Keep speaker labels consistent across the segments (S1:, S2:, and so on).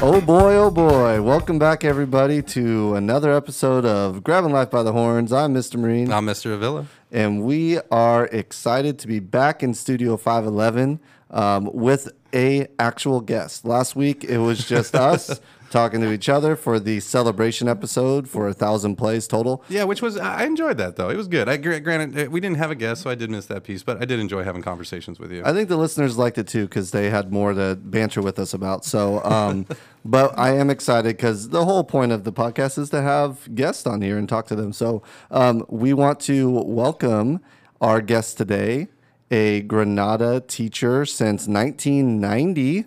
S1: Oh boy, oh boy. Welcome back, everybody, to another episode of Grabbing Life by the Horns. I'm Mr. Marine,
S2: I'm Mr. Avila.
S1: and we are excited to be back in Studio 511 um, with a actual guest. Last week, it was just us talking to each other for the celebration episode for a thousand plays total.
S2: Yeah, which was I I enjoyed that though. It was good. I gr- granted uh, we didn't have a guest, so I did miss that piece, but I did enjoy having conversations with you.
S1: I think the listeners liked it too because they had more to banter with us about. So, um, but I am excited because the whole point of the podcast is to have guests on here and talk to them. So, um, we want to welcome our guest today, a Granada teacher since 1990,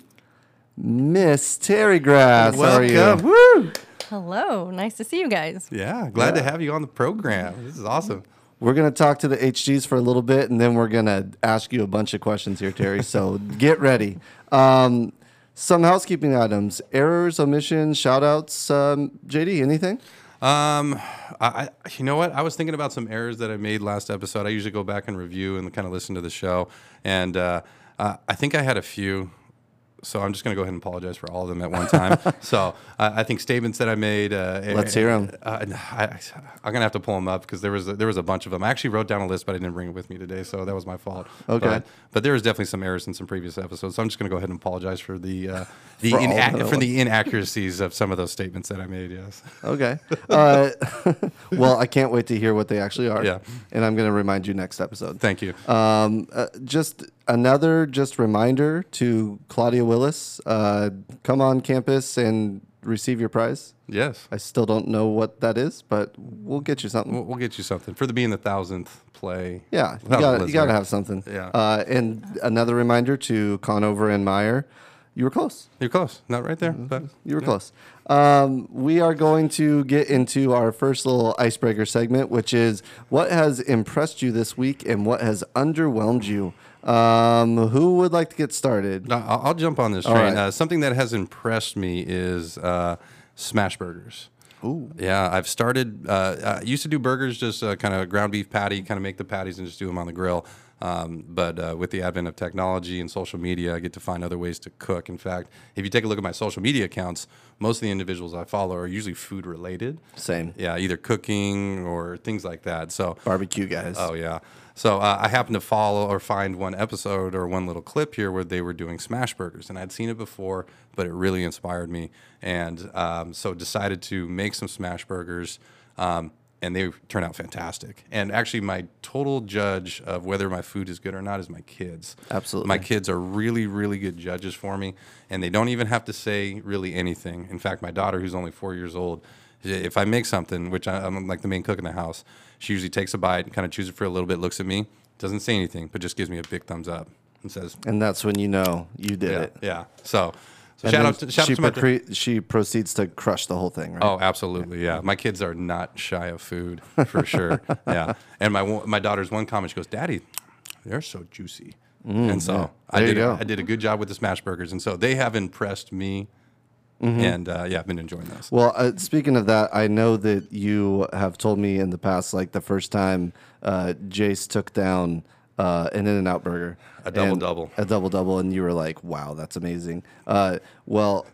S1: Miss Terry Grass. How are you?
S2: Welcome. Woo!
S3: Hello, nice to see you guys.
S2: Yeah, glad to have you on the program. This is awesome.
S1: We're going to talk to the HGs for a little bit, and then we're going to ask you a bunch of questions here, Terry. So get ready. Um, some housekeeping items, errors, omissions, shout outs. Um, JD, anything?
S2: Um, I, I you know what? I was thinking about some errors that I made last episode. I usually go back and review and kind of listen to the show, and uh, uh, I think I had a few. So I'm just going to go ahead and apologize for all of them at one time. so uh, I think statements that I made. Uh,
S1: Let's hear 'em.
S2: Uh, I, I'm gonna have to pull them up because there was there was a bunch of them. I actually wrote down a list, but I didn't bring it with me today, so that was my fault.
S1: Okay.
S2: But, but there was definitely some errors in some previous episodes, so I'm just gonna go ahead and apologize for the uh, the
S1: For all
S2: inac-
S1: of
S2: for the inaccuracies of some of those statements that I made. Yes.
S1: Okay. Uh, well, I can't wait to hear what they actually are.
S2: Yeah.
S1: And I'm going to remind you next episode.
S2: Thank you.
S1: Um, uh, just another just reminder to Claudia Willis uh, come on campus and receive your prize.
S2: yes.
S1: I still don't know what that is, but we'll get you something.
S2: We'll, we'll get you something for the being the thousandth play.
S1: Yeah, you
S2: Thousand
S1: got you
S2: listener.
S1: got to have something.
S2: Yeah.
S1: Uh, and another reminder to Conover and Meyer, you were close.
S2: You're close. Not right
S1: Mm-hmm.
S2: there, but
S1: You were close. Um, we are going to get into our first little icebreaker segment, which is what has impressed you this week and what has underwhelmed you. Um, who would like to get started?
S2: No, I'll, I'll jump on this train.
S1: right.
S2: Uh, something that has impressed me is uh, smash burgers. Ooh. Yeah, I've started. Uh, I used to do burgers, just uh, kind of ground beef patty, kind of make the patties and just do them on the grill. Um, but uh, with the advent of technology and social media, I get to find other ways to cook. In fact, if you take a look at my social media accounts, most of the individuals I follow are usually food related.
S1: Same
S2: Yeah, either cooking or things like that. So
S1: barbecue guys.
S2: Oh yeah. So uh, I happened to follow or find one episode or one little clip here where they were doing smash burgers, and I'd seen it before, but it really inspired me, and um, so decided to make some smash burgers. Um, and they turn out fantastic. And actually, my total judge of whether my food is good or not is my kids.
S1: Absolutely.
S2: My kids are really, really good judges for me, and they don't even have to say really anything. In fact, my daughter, who's only four years old, if I make something, which I, I'm like the main cook in the house, she usually takes a bite and kind of chews it for a little bit, looks at me, doesn't say anything, but just gives me a big thumbs up and says,
S1: And that's when you know you did
S2: "Yeah,
S1: it.
S2: yeah." So, so
S1: And
S2: shout
S1: then
S2: out, to, shout
S1: she,
S2: out to my.
S1: procre- she proceeds to crush the whole thing, right?
S2: Oh, absolutely, yeah. My kids are not shy of food for sure. Yeah, and my one- my daughter's one comment, she goes, "Daddy, they're so juicy." and so
S1: Mm,
S2: I
S1: There you
S2: did
S1: go.
S2: I did a good job with the smash burgers, and so they have impressed me.
S1: Mm-hmm.
S2: And uh, yeah, I've been enjoying those.
S1: Well, uh, speaking of that, I know that you have told me in the past, like the first time uh, Jace took down uh, an In and Out burger,
S2: A double
S1: and-
S2: double.
S1: a double double, and you were like, "Wow, that's amazing." Uh, well,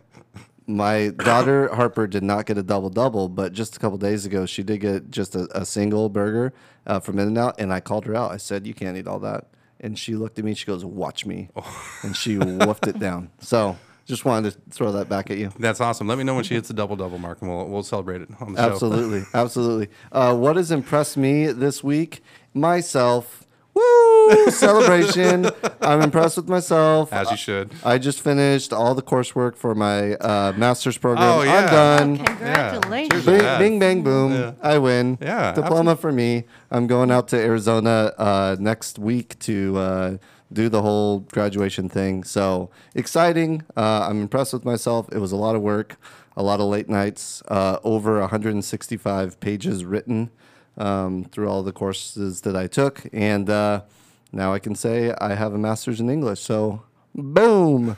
S1: my daughter Harper did not get a double double, but just a couple days ago, she did get just a, a single burger uh, from In and Out, and I called her out. I said, "You can't eat all that." And she looked at me. She goes, "Watch me,"
S2: Oh.
S1: and she woofed it down. So, just wanted to throw that back at you.
S2: That's awesome. Let me know when she hits the double double mark, and we'll we'll celebrate it on the show.
S1: Absolutely, absolutely. Uh, what has impressed me this week? Myself. Woo! Celebration. I'm impressed with myself.
S2: As you should.
S1: I just finished all the coursework for my uh, master's program.
S2: Oh,
S1: I'm
S2: yeah.
S1: done.
S3: Congratulations.
S2: Cheers.
S1: Bing,
S2: Yeah.
S1: bing, bang, boom. I win.
S2: Yeah,
S1: Diploma for me. I'm going out to Arizona uh, next week to uh, do the whole graduation thing. So exciting. Uh, I'm impressed with myself. It was a lot of work, a lot of late nights, uh, over 165 pages written um, through all the courses that I took. And uh, now I can say I have a master's in English. So boom.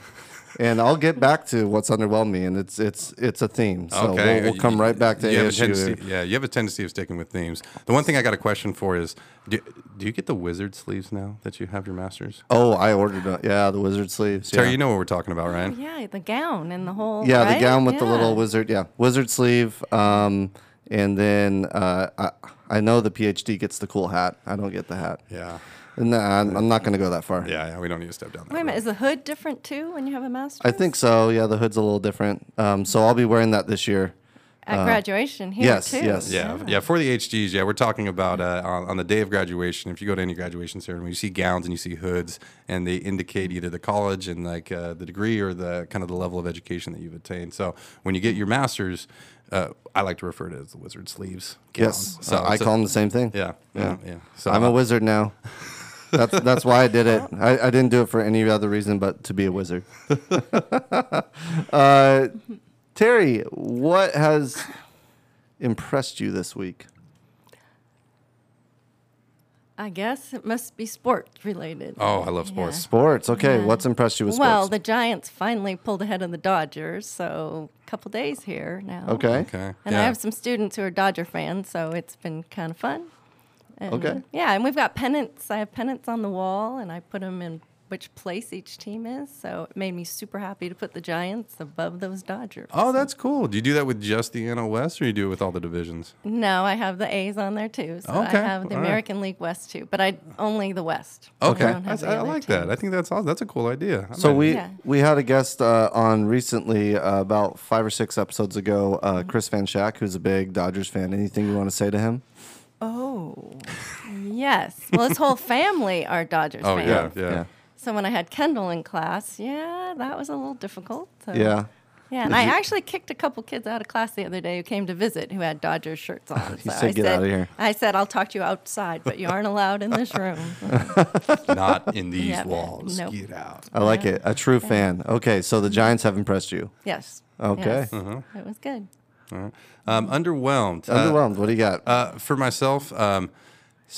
S1: and I'll get back to what's underwhelmed me, and it's it's it's a theme. uh, So
S2: okay, uh,
S1: we'll, we'll come right back to
S2: you have a
S1: ASU.
S2: tendency- yeah, you have a tendency of sticking with themes. The one thing I got a question for is, do, do you get the wizard sleeves now that you have your masters?
S1: Oh, I ordered a, yeah the wizard sleeves.
S2: Terry,
S1: yeah.
S2: you know what we're talking about, right?
S3: Yeah, the gown and the whole.
S1: Yeah,
S3: right?
S1: the gown with the
S3: Yeah.
S1: little wizard. Yeah, wizard sleeve. Um, and then uh, I, I know the PhD gets the cool hat. I don't get the hat.
S2: Yeah,
S1: Nah, I'm, I'm not going to go that far.
S2: yeah, yeah. We don't need to step down. That
S3: Wait a
S2: road.
S3: minute, is the hood different too when you have a master's?
S1: I think so. Yeah, the hood's a little different. Um, so I'll be wearing that this year.
S3: At graduation here
S1: uh, yes,
S3: too.
S1: yes.
S2: Yeah, yeah. For the HGs, yeah, we're talking about uh, on, on the day of graduation. If you go to any graduation ceremony, you see gowns and you see hoods, and they indicate either the college and like uh, the degree or the kind of the level of education that you've attained. So when you get your master's, uh, I like to refer to it as the wizard sleeves.
S1: Yes.
S2: gown.
S1: So I
S2: Oh, so-
S1: call them the same thing.
S2: Yeah, yeah, yeah. So
S1: I'm a wizard now. That's that's why I did it. I, I didn't do it for any other reason but to be a wizard. uh, Terry, what has impressed you this week?
S3: I guess it must be sport related.
S2: Oh, I love sports.
S1: Sports. Okay,
S3: Yeah.
S1: what's impressed you with sports?
S3: Well, the Giants finally pulled ahead of the Dodgers, so a couple days here now.
S1: okay.
S2: Okay.
S3: And
S2: yeah.
S3: I have some students who are Dodger fans, so it's been kind of fun. And,
S1: Okay.
S3: Yeah, and we've got pennants. I have pennants on the wall, and I put them in which place each team is. So it made me super happy to put the Giants above those Dodgers.
S2: Oh, that's cool. Do you do that with just the NL West, or you do it with all the divisions?
S3: No, I have the A's on there too. So
S2: Okay,
S3: I have the
S2: all right.
S3: American League West too, but I only the West.
S2: Okay,
S3: I, don't have
S2: That's-
S3: the
S2: I,
S3: other
S2: like
S3: team.
S2: that. I think that's all. That's a cool idea. I
S1: So
S2: might-
S1: we
S3: Yeah.
S1: we had a guest uh, on recently uh, about five or six episodes ago,
S3: Mm-hmm.
S1: uh, Chris Van Schack, who's a big Dodgers fan. Anything you want to say to him?
S3: Oh, yes. Well, his whole family are Dodgers
S2: Oh
S3: fans.
S2: yeah, yeah.
S3: So when I had Kendall in class, yeah, that was a little difficult. So.
S1: yeah. yeah.
S3: Yeah, and I actually kicked a couple kids out of class the other day who came to visit who had Dodgers shirts on.
S1: He
S3: so
S1: said,
S3: I
S1: "Get
S3: said,
S1: outta here."
S3: I said, I'll talk to you outside, but you aren't allowed in this room.
S2: Not in these
S3: Yeah,
S2: walls.
S3: nope.
S2: Get out.
S1: I like it. A true fan. Okay, so the Giants have impressed you.
S3: yes.
S1: Okay.
S3: Yes. It was good.
S2: Um, underwhelmed. Uh,
S1: Underwhelmed. What do you got?
S2: Uh, for myself, um,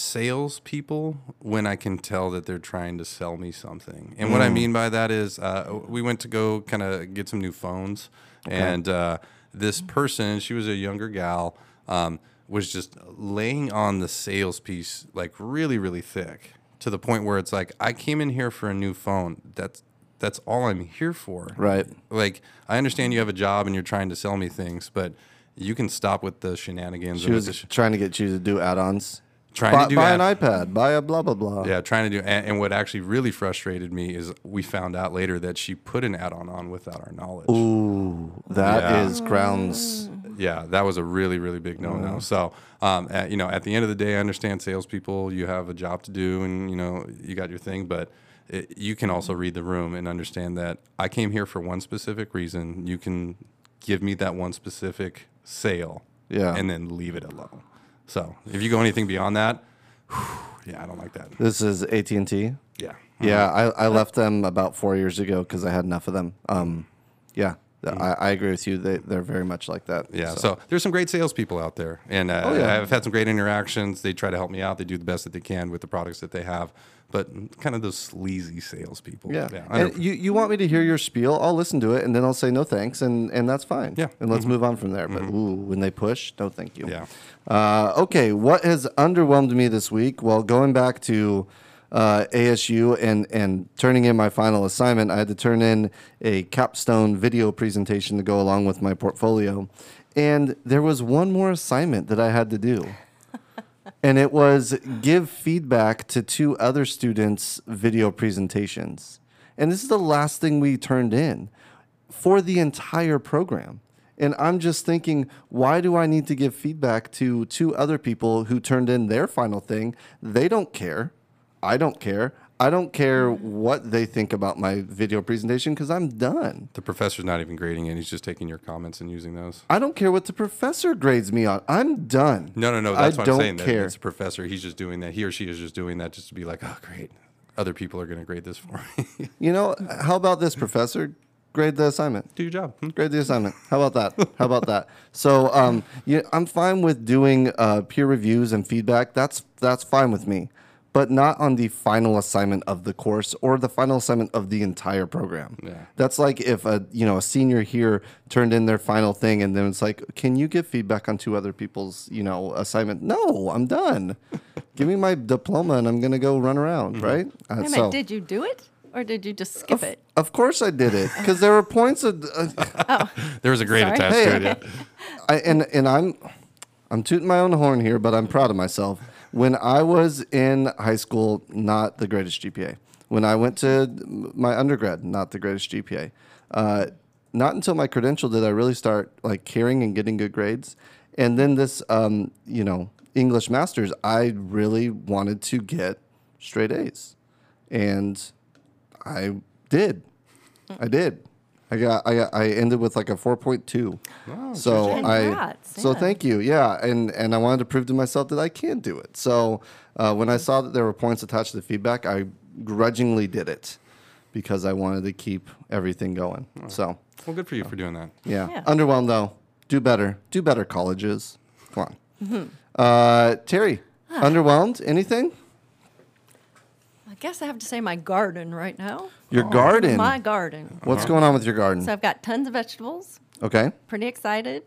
S2: salespeople, when I can tell that they're trying to sell me something. And what I mean by that is, uh, we went to go kind of get some new phones, and uh, this person, she was a younger gal, um, was just laying on the sales piece like really, really thick to the point where it's like, I came in here for a new phone. That's that's all I'm here for
S1: Right.
S2: like I understand you have a job and you're trying to sell me things, but you can stop with the shenanigans.
S1: She
S2: and
S1: was
S2: with the sh-
S1: trying to get you to do add-ons.
S2: Trying
S1: buy,
S2: to do
S1: buy an
S2: add-
S1: iPad. Buy a blah blah blah.
S2: yeah, trying to do. And, and what actually really frustrated me is we found out later that she put an add-on on without our knowledge.
S1: Ooh, that is
S2: Yeah.
S1: grounds.
S2: Mm. Yeah, that was a really really big no-no. So, um, at, you know, at the end of the day, I understand salespeople. You have a job to do, and you know, you got your thing, but. It, you can also read the room and understand that I came here for one specific reason. You can give me that one specific sale,
S1: Yeah.
S2: and then leave it alone. So if you go anything beyond that, yeah, I don't like that.
S1: This is AT and T.
S2: Yeah.
S1: Yeah, I, I left them about four years ago because I had enough of them. Um, yeah, th- I, I agree with you. They they're very much like that.
S2: Mm. Yeah, so. there's some great salespeople out there, and uh,
S1: Oh, yeah.
S2: I've had some great interactions. They try to help me out. They do the best that they can with the products that they have, but kind of those sleazy salespeople.
S1: Yeah.
S2: under-
S1: And you, you want me to hear your spiel? I'll listen to it and then I'll say no thanks and, and that's fine.
S2: Yeah. Mm-hmm.
S1: And let's move on from there. But ooh, when they push, no thank you.
S2: Yeah.
S1: Uh, okay. What has underwhelmed me this week? Well, going back to uh, ASU and, and turning in my final assignment, I had to turn in a capstone video presentation to go along with my portfolio. And there was one more assignment that I had to do and it was give feedback to two other students' video presentations. And this is the last thing we turned in for the entire program. And I'm just thinking, why do I need to give feedback to two other people who turned in their final thing? They don't care. I don't care. I don't care what they think about my video presentation because I'm done.
S2: the professor's not even grading it; he's just taking your comments and using those.
S1: I don't care what the professor grades me on. I'm done.
S2: No, no, no.
S1: I
S2: That's what
S1: don't
S2: I'm saying. that
S1: care.
S2: It's a professor. He's just doing that. He or she is just doing that just to be like, oh, great. Other people are going to grade this for me.
S1: You know, how about this, professor? Grade the assignment.
S2: do your job. Hmm?
S1: Grade the assignment. How about that? How about that? So, um, you I'm fine with doing uh, peer reviews and feedback. That's that's fine with me. but not on the final assignment of the course or the final assignment of the entire program. That's like if a you know a senior here turned in their final thing and then it's like, can you give feedback on two other people's you know assignment? No, I'm done. give me my diploma and I'm gonna go run around, right? Uh,
S3: Wait a minute,
S1: so-
S3: did you do it or did you just skip it?
S1: of course I did it because there were points of. Uh,
S2: There was a great
S3: Sorry.
S2: attached to it. yeah.
S1: I, and and I'm I'm tooting my own horn here, but I'm proud of myself. When I was in high school, not the greatest GPA. When I went to my undergrad, not the greatest GPA. Uh, not until my credential did I really start like caring and getting good grades. And then this, um, you know, English masters, I really wanted to get straight A's, and I did. I did. I got. I got, I ended with like a four point two. so I.
S3: Congrats,
S1: So
S3: yeah.
S1: thank you. Yeah, and and I wanted to prove to myself that I can do it. So uh, when I saw that there were points attached to the feedback, I grudgingly did it because I wanted to keep everything going. So
S2: Well, good for you for doing that.
S1: yeah.
S3: Yeah.
S1: underwhelmed though. Do better. Do better, colleges. Come on.
S3: Mm-hmm.
S1: Uh, Terry, underwhelmed? Anything?
S3: I guess I have to say my garden right now.
S1: Your garden.
S3: My garden.
S1: What's going on with your garden?
S3: So I've got tons of vegetables.
S1: okay.
S3: Pretty excited.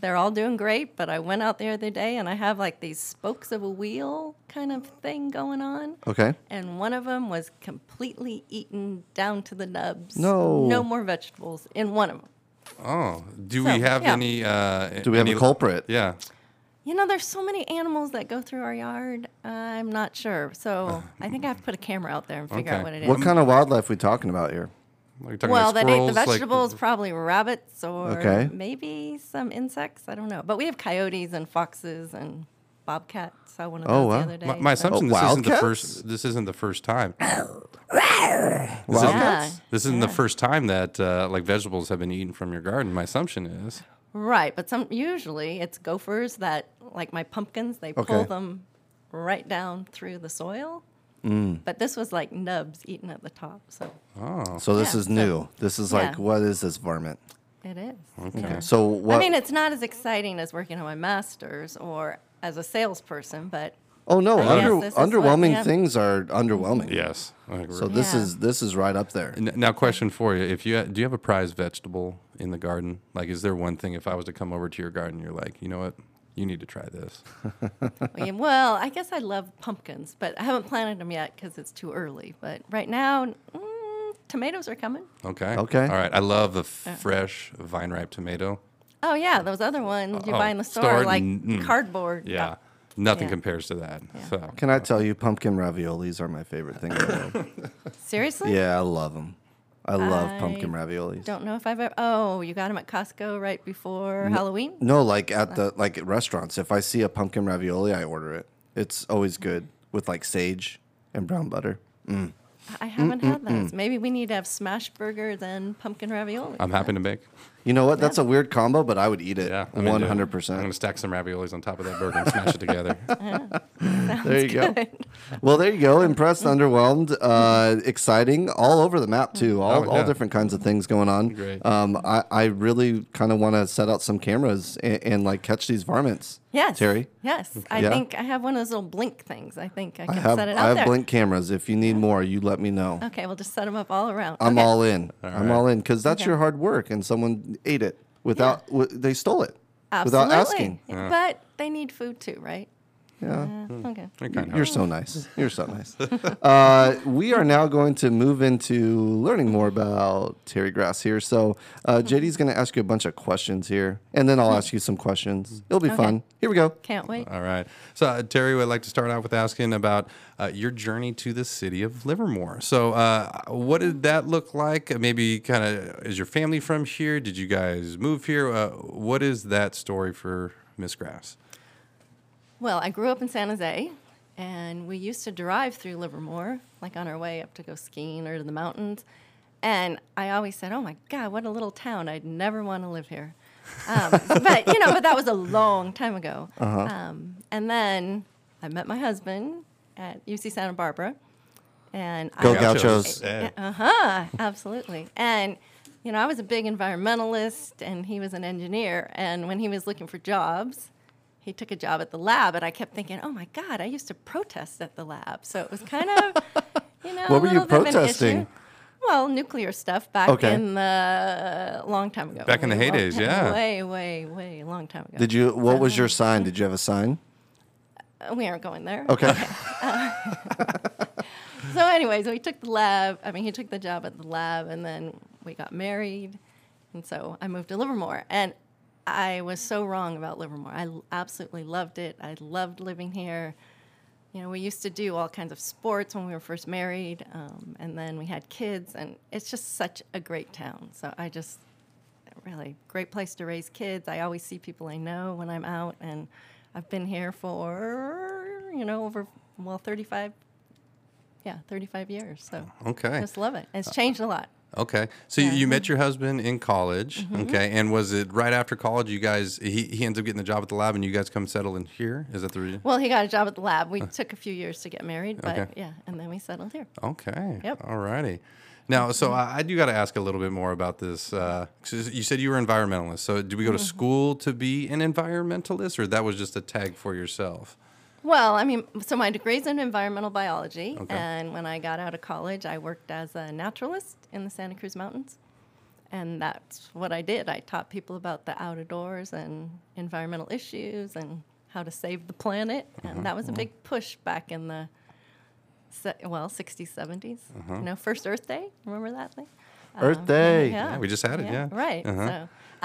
S3: They're all doing great, but I went out the other day and I have like these spokes of a wheel kind of thing going on.
S1: Okay.
S3: And one of them was completely eaten down to the nubs.
S1: No.
S3: No more vegetables in one of them.
S2: Oh, do
S3: So,
S2: we have
S3: yeah.
S2: any? Uh,
S1: Do we have
S2: any-
S1: a culprit?
S2: Yeah.
S3: You know, there's so many animals that go through our yard. I'm not sure. So I think I have to put a camera out there and figure
S2: Okay.
S3: out what it is.
S1: What kind of wildlife we talking about here?
S2: Like talking
S3: well,
S2: about
S3: that ate the
S2: squirrels, like-
S3: vegetables, probably rabbits or
S1: Okay.
S3: maybe some insects. I don't know. But we have coyotes and foxes and bobcats. I one of those
S1: Oh,
S3: the
S1: wow.
S3: other day.
S2: my, my
S3: so-
S2: assumption this isn't the
S1: Oh, wildcats?
S2: first. This isn't the first time. This isn't-
S1: Wildcats?
S2: This isn't the first time that uh, like vegetables have been eaten from your garden. My assumption is.
S3: Right, but some usually it's gophers that like my pumpkins, they pull
S1: Okay.
S3: them right down through the soil.
S1: Mm.
S3: But this was like nubs eaten at the top, so
S2: Oh,
S1: So this
S3: Yeah,
S1: is
S3: so-
S1: new. this is like,
S3: yeah.
S1: what is this varmint?
S3: it is.
S1: Okay. So what?
S3: I mean, it's not as exciting as working on my master's or as a salesperson, but
S1: oh no,
S3: I guess
S1: under,
S3: this is what we
S1: underwhelming
S3: have.
S1: things are underwhelming.
S2: yes. I agree.
S1: So this
S3: Yeah.
S1: is this is right up there.
S2: N- now, question for you: If you ha- do you have a prized vegetable in the garden? Like, is there one thing if I was to come over to your garden, you're like, you know what? You need to try this.
S3: Well, yeah, well, I guess I love pumpkins, but I haven't planted them yet because it's too early. But right now, mm, tomatoes are coming.
S2: Okay.
S1: Okay.
S2: All right. I love the
S3: Uh.
S2: fresh vine ripe tomato.
S3: Oh yeah, those other ones you
S2: Oh,
S3: buy in the store,
S2: store,
S3: like
S2: mm-mm.
S3: cardboard.
S2: Yeah. Nothing
S3: Yeah.
S2: compares to that. So.
S1: Can I tell you, pumpkin raviolis are my favorite thing in the world.
S3: Seriously?
S1: yeah, I love them. I love pumpkin
S3: I
S1: raviolis.
S3: Don't know if I've ever. Oh, you got them at Costco right before Halloween.
S1: No, like at the like at restaurants, if I see a pumpkin ravioli, I order it. It's always
S3: Mm.
S1: good with like sage and brown butter.
S3: I haven't had those. Maybe we need to have smash burger then pumpkin ravioli.
S1: Um,
S2: I'm happy to make.
S1: You know what? That's a weird combo, but I would eat it.
S2: Yeah, I'm into it.
S1: one hundred
S2: I'm gonna
S1: percent.
S2: stack some raviolis on top of that burger and smash it together.
S1: There you go. Well, there you go. Impressed, underwhelmed, uh, exciting, all over the map too. All,
S2: Oh,
S1: all
S2: yeah.
S1: different kinds of things going on.
S2: Great.
S1: Um, I, I really kind of want to set out some cameras and, and like catch these varmints.
S3: Yes.
S1: Terry.
S3: Yes. I
S1: Yeah.
S3: think I have one of those little blink things. I think I can
S1: I have
S3: set it out
S1: I have
S3: there.
S1: blink cameras. If you need more, you let me know.
S3: Okay, we'll just set them up all around.
S1: I'm
S3: Okay.
S1: all in. I'm all in because that's
S3: Okay.
S1: your hard work, and someone ate it without w- they stole it
S3: Absolutely.
S1: without asking. Hmm.
S2: Yeah.
S3: But they need food too, right?
S1: Yeah.
S3: Uh, okay.
S2: It kinda
S1: You're
S2: helps.
S1: so nice. You're so nice. Uh, we are now going to move into learning more about Terry Grass here. So uh, JD's going to ask you a bunch of questions here, and then I'll ask you some questions. It'll be
S3: Okay.
S1: fun. Here we go.
S3: Can't wait.
S2: All right. So, uh, Terry, would like to start out with asking about uh, your journey to the city of Livermore. So, uh, what did that look like? Maybe kind of is your family from here? Did you guys move here? Uh, what is that story for Miss Grass?
S3: Well, I grew up in San Jose, and we used to drive through Livermore, like on our way up to go skiing or to the mountains. And I always said, "Oh my God, what a little town! I'd never want to live here." Um, but you know, but that was a long time ago.
S1: Uh-huh.
S3: Um, and then I met my husband at UC Santa Barbara, and
S1: Go
S3: I,
S1: Gauchos.
S2: Yeah.
S3: Uh huh. Absolutely. And you know, I was a big environmentalist, and he was an engineer. And when he was looking for jobs, he took a job at the lab, and I kept thinking, oh my God, I used to protest at the lab. So it was kind of, you know,
S1: What were
S3: a
S1: you
S3: little bit of an
S1: protesting?
S3: issue. Well, nuclear stuff back
S1: Okay.
S3: in the long time ago.
S2: Back in the
S3: Way, long
S2: heydays,
S3: time-
S2: yeah.
S3: Way, way, way long time ago.
S1: Did you? What was your sign? Did you have a sign?
S3: Uh, We aren't going there.
S1: Okay.
S3: So, anyways, we took the lab. I mean, he took the job at the lab, and then we got married. And so I moved to Livermore. And I was so wrong about Livermore. I l- absolutely loved it. I loved living here. You know, we used to do all kinds of sports when we were first married, um, and then we had kids, and it's just such a great town. So I just really great place to raise kids. I always see people I know when I'm out, and I've been here for you know over well 35, yeah, 35 years. So
S2: Okay. Uh,
S3: just love it. It's changed a lot.
S2: Okay. So you you met your husband in college. Okay. And was it right after college you guys he, he ends up getting the job at the lab and you guys come settle in here? Is that the reason?
S3: Well, he got a job at the lab. We took a few years to get married, but
S2: Okay.
S3: yeah, and then we settled here.
S2: Okay.
S3: Yep. Mm-hmm.
S2: All righty. Now, so I, I do got to ask a little bit more about this. Uh, 'cause you said you were environmentalist. So did we
S3: Mm-hmm.
S2: go to school to be an environmentalist, or that was just a tag for yourself?
S3: Well, I mean, so my degree's in environmental biology,
S2: Okay.
S3: and when I got out of college, I worked as a naturalist in the Santa Cruz Mountains, and that's what I did. I taught people about the outdoors and environmental issues and how to save the planet,
S2: Uh-huh,
S3: and that was a big push back in the se- well 60s, 70s.
S2: Uh-huh.
S3: You know, first Earth Day. Remember that thing?
S1: Earth Day.
S3: Uh,
S2: Yeah, we just had it, yeah.
S3: Right.
S2: Uh-huh.
S3: So,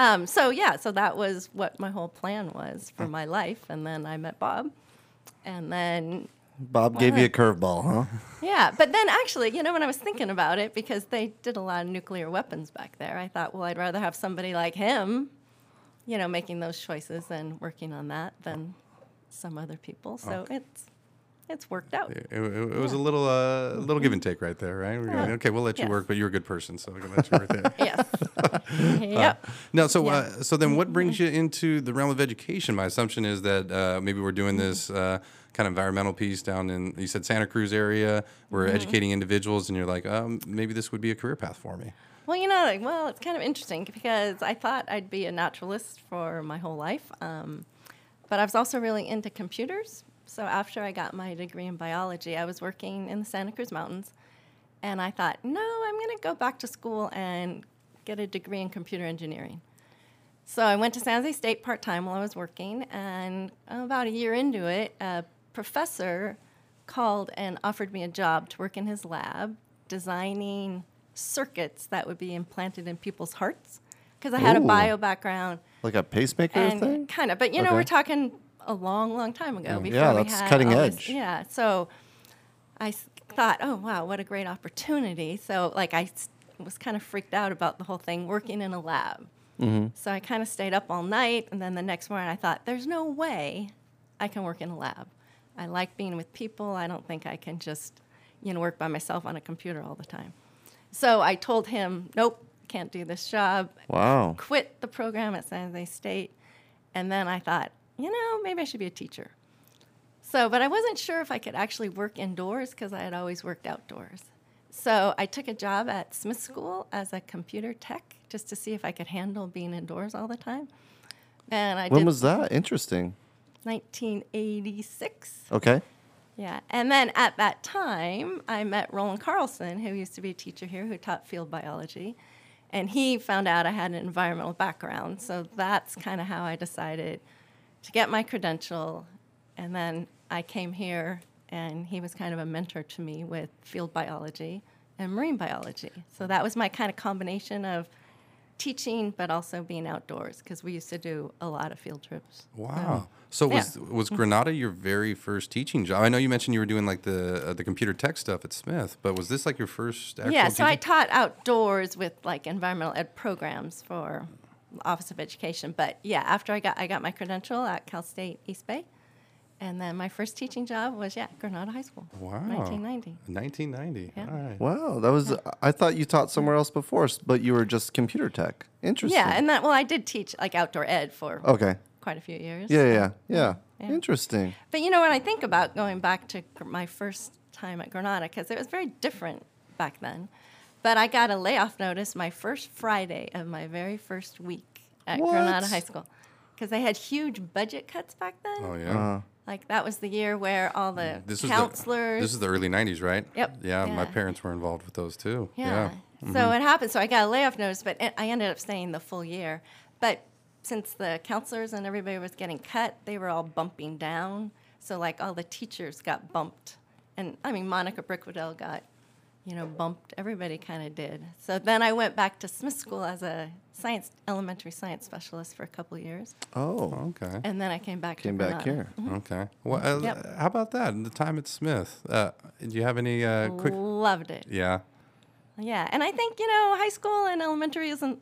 S3: um, so yeah, so that was what my whole plan was
S2: Oh.
S3: for my life, and then I met Bob, and then
S1: Bob gave you a curveball, huh?
S3: yeah, but then actually, you know, when I was thinking about it, because they did a lot of nuclear weapons back there, I thought, well, I'd rather have somebody like him, you know, making those choices and working on that than some other people. So
S2: Oh.
S3: it's it's worked out.
S2: It, it- it was a little uh, little give and take right there, right? We're going, okay, we'll let you
S3: Mm-hmm. Yes.
S2: work, but you're a good person, so we're gonna let you work there.
S3: Yes. yep. Mm-hmm.
S2: No, so uh, so then what brings you into the realm of education? My assumption is that uh, maybe we're doing
S3: Mm-hmm.
S2: this uh, kind of environmental piece down in you said Santa Cruz area.
S3: Mm-hmm.
S2: We're educating individuals, and you're like, um, maybe this would be a career path for me.
S3: Well, you know, like, well, it's kind of interesting because I thought I'd be a naturalist for my whole life, um, but I was also really into computers. So after I got my degree in biology, I was working in the Santa Cruz Mountains, and I thought, no, I'm going to go back to school and get a degree in computer engineering. So I went to San Jose State part time while I was working, and about a year into it, a professor called and offered me a job to work in his lab designing circuits that would be implanted in people's hearts because I had a
S1: Ooh.
S3: bio background
S1: Like a pacemaker thing.
S3: and kind of, but you know,
S1: Okay. Mm,
S3: we're talking a long, long time ago. Before we
S1: that's
S3: had
S1: cutting
S3: all this-
S1: edge.
S3: yeah, so I s- thought, oh wow, what a great opportunity. So like I s- was kind of freaked out about the whole thing, working in a lab.
S1: Mm-hmm.
S3: So I kind of stayed up all night, and then the next morning I thought, there's no way I can work in a lab. I like being with people. I don't think I can just, you know, work by myself on a computer all the time. So I told him, nope, can't do this job
S1: Wow.
S3: quit the program at San Jose State. And then I thought, you know, maybe I should be a teacher. So, but I wasn't sure if I could actually work indoors because I had always worked outdoors. So I took a job at Smith School as a computer tech just to see if I could handle being indoors all the time. And I
S1: When
S3: did
S1: was that? Interesting.
S3: 1986.
S1: Okay.
S3: Yeah. And then at that time, I met Roland Carlson, who used to be a teacher here who taught field biology. And he found out I had an environmental background. So that's kind of how I decided to get my credential. And then I came here, and he was kind of a mentor to me with field biology and marine biology. So that was my kind of combination of teaching, but also being outdoors, because we used to do a lot of field trips.
S2: Wow. So
S3: yeah. Mm-hmm.
S2: was was Granada your very first teaching job? I know you mentioned you were doing like the uh, the computer tech stuff at Smith, but was this like your first? Actual
S3: yeah so i
S2: teaching-
S3: taught outdoors with like environmental ed programs for office of education but yeah after i got i got my credential at cal state east bay and then my first teaching job was yeah granada high school
S2: Wow.
S3: 1990
S2: 1990.
S3: Yeah.
S2: All right.
S1: Wow. That was. I thought you taught somewhere else before, s- but you were just computer tech. Interesting.
S3: yeah and that well i did teach like outdoor ed for
S1: Okay.
S3: quite a few years
S1: Yeah. Yeah. Yeah.
S3: Yeah.
S1: Interesting.
S3: But you know, when I think about going back to gr- my first time at Granada, because it was very different back then, but I got a layoff notice my first Friday of my very first week at
S1: What?
S3: Granada High School. because they had huge budget cuts back then.
S2: Oh yeah. Mm,
S3: Like that was the year where all the
S2: This is
S3: counselors.
S2: The, this is the early '90s, right?
S3: Yep.
S2: Yeah, my
S3: Yeah.
S2: parents were involved with those too.
S3: yeah.
S1: Mm-hmm.
S3: So it happened. So I got a layoff notice, but it- I ended up staying the full year. But since the counselors and everybody was getting cut, they were all bumping down. So like all the teachers got bumped, and I mean Monica Brickwoodell got, you know, bumped. Everybody kind of did. So then I went back to Smith School as a science elementary science specialist for a couple years,
S1: Oh,
S2: Okay.
S3: and then I came back.
S1: came
S3: to
S1: back
S3: Vermont.
S1: here.
S2: Okay. Well, uh,
S3: Mm-hmm. Yep.
S2: how about that? And The time at Smith. Uh, do you have any uh, quick?
S3: Loved it.
S2: Yeah.
S3: Yeah, and I think you know, high school and elementary isn't,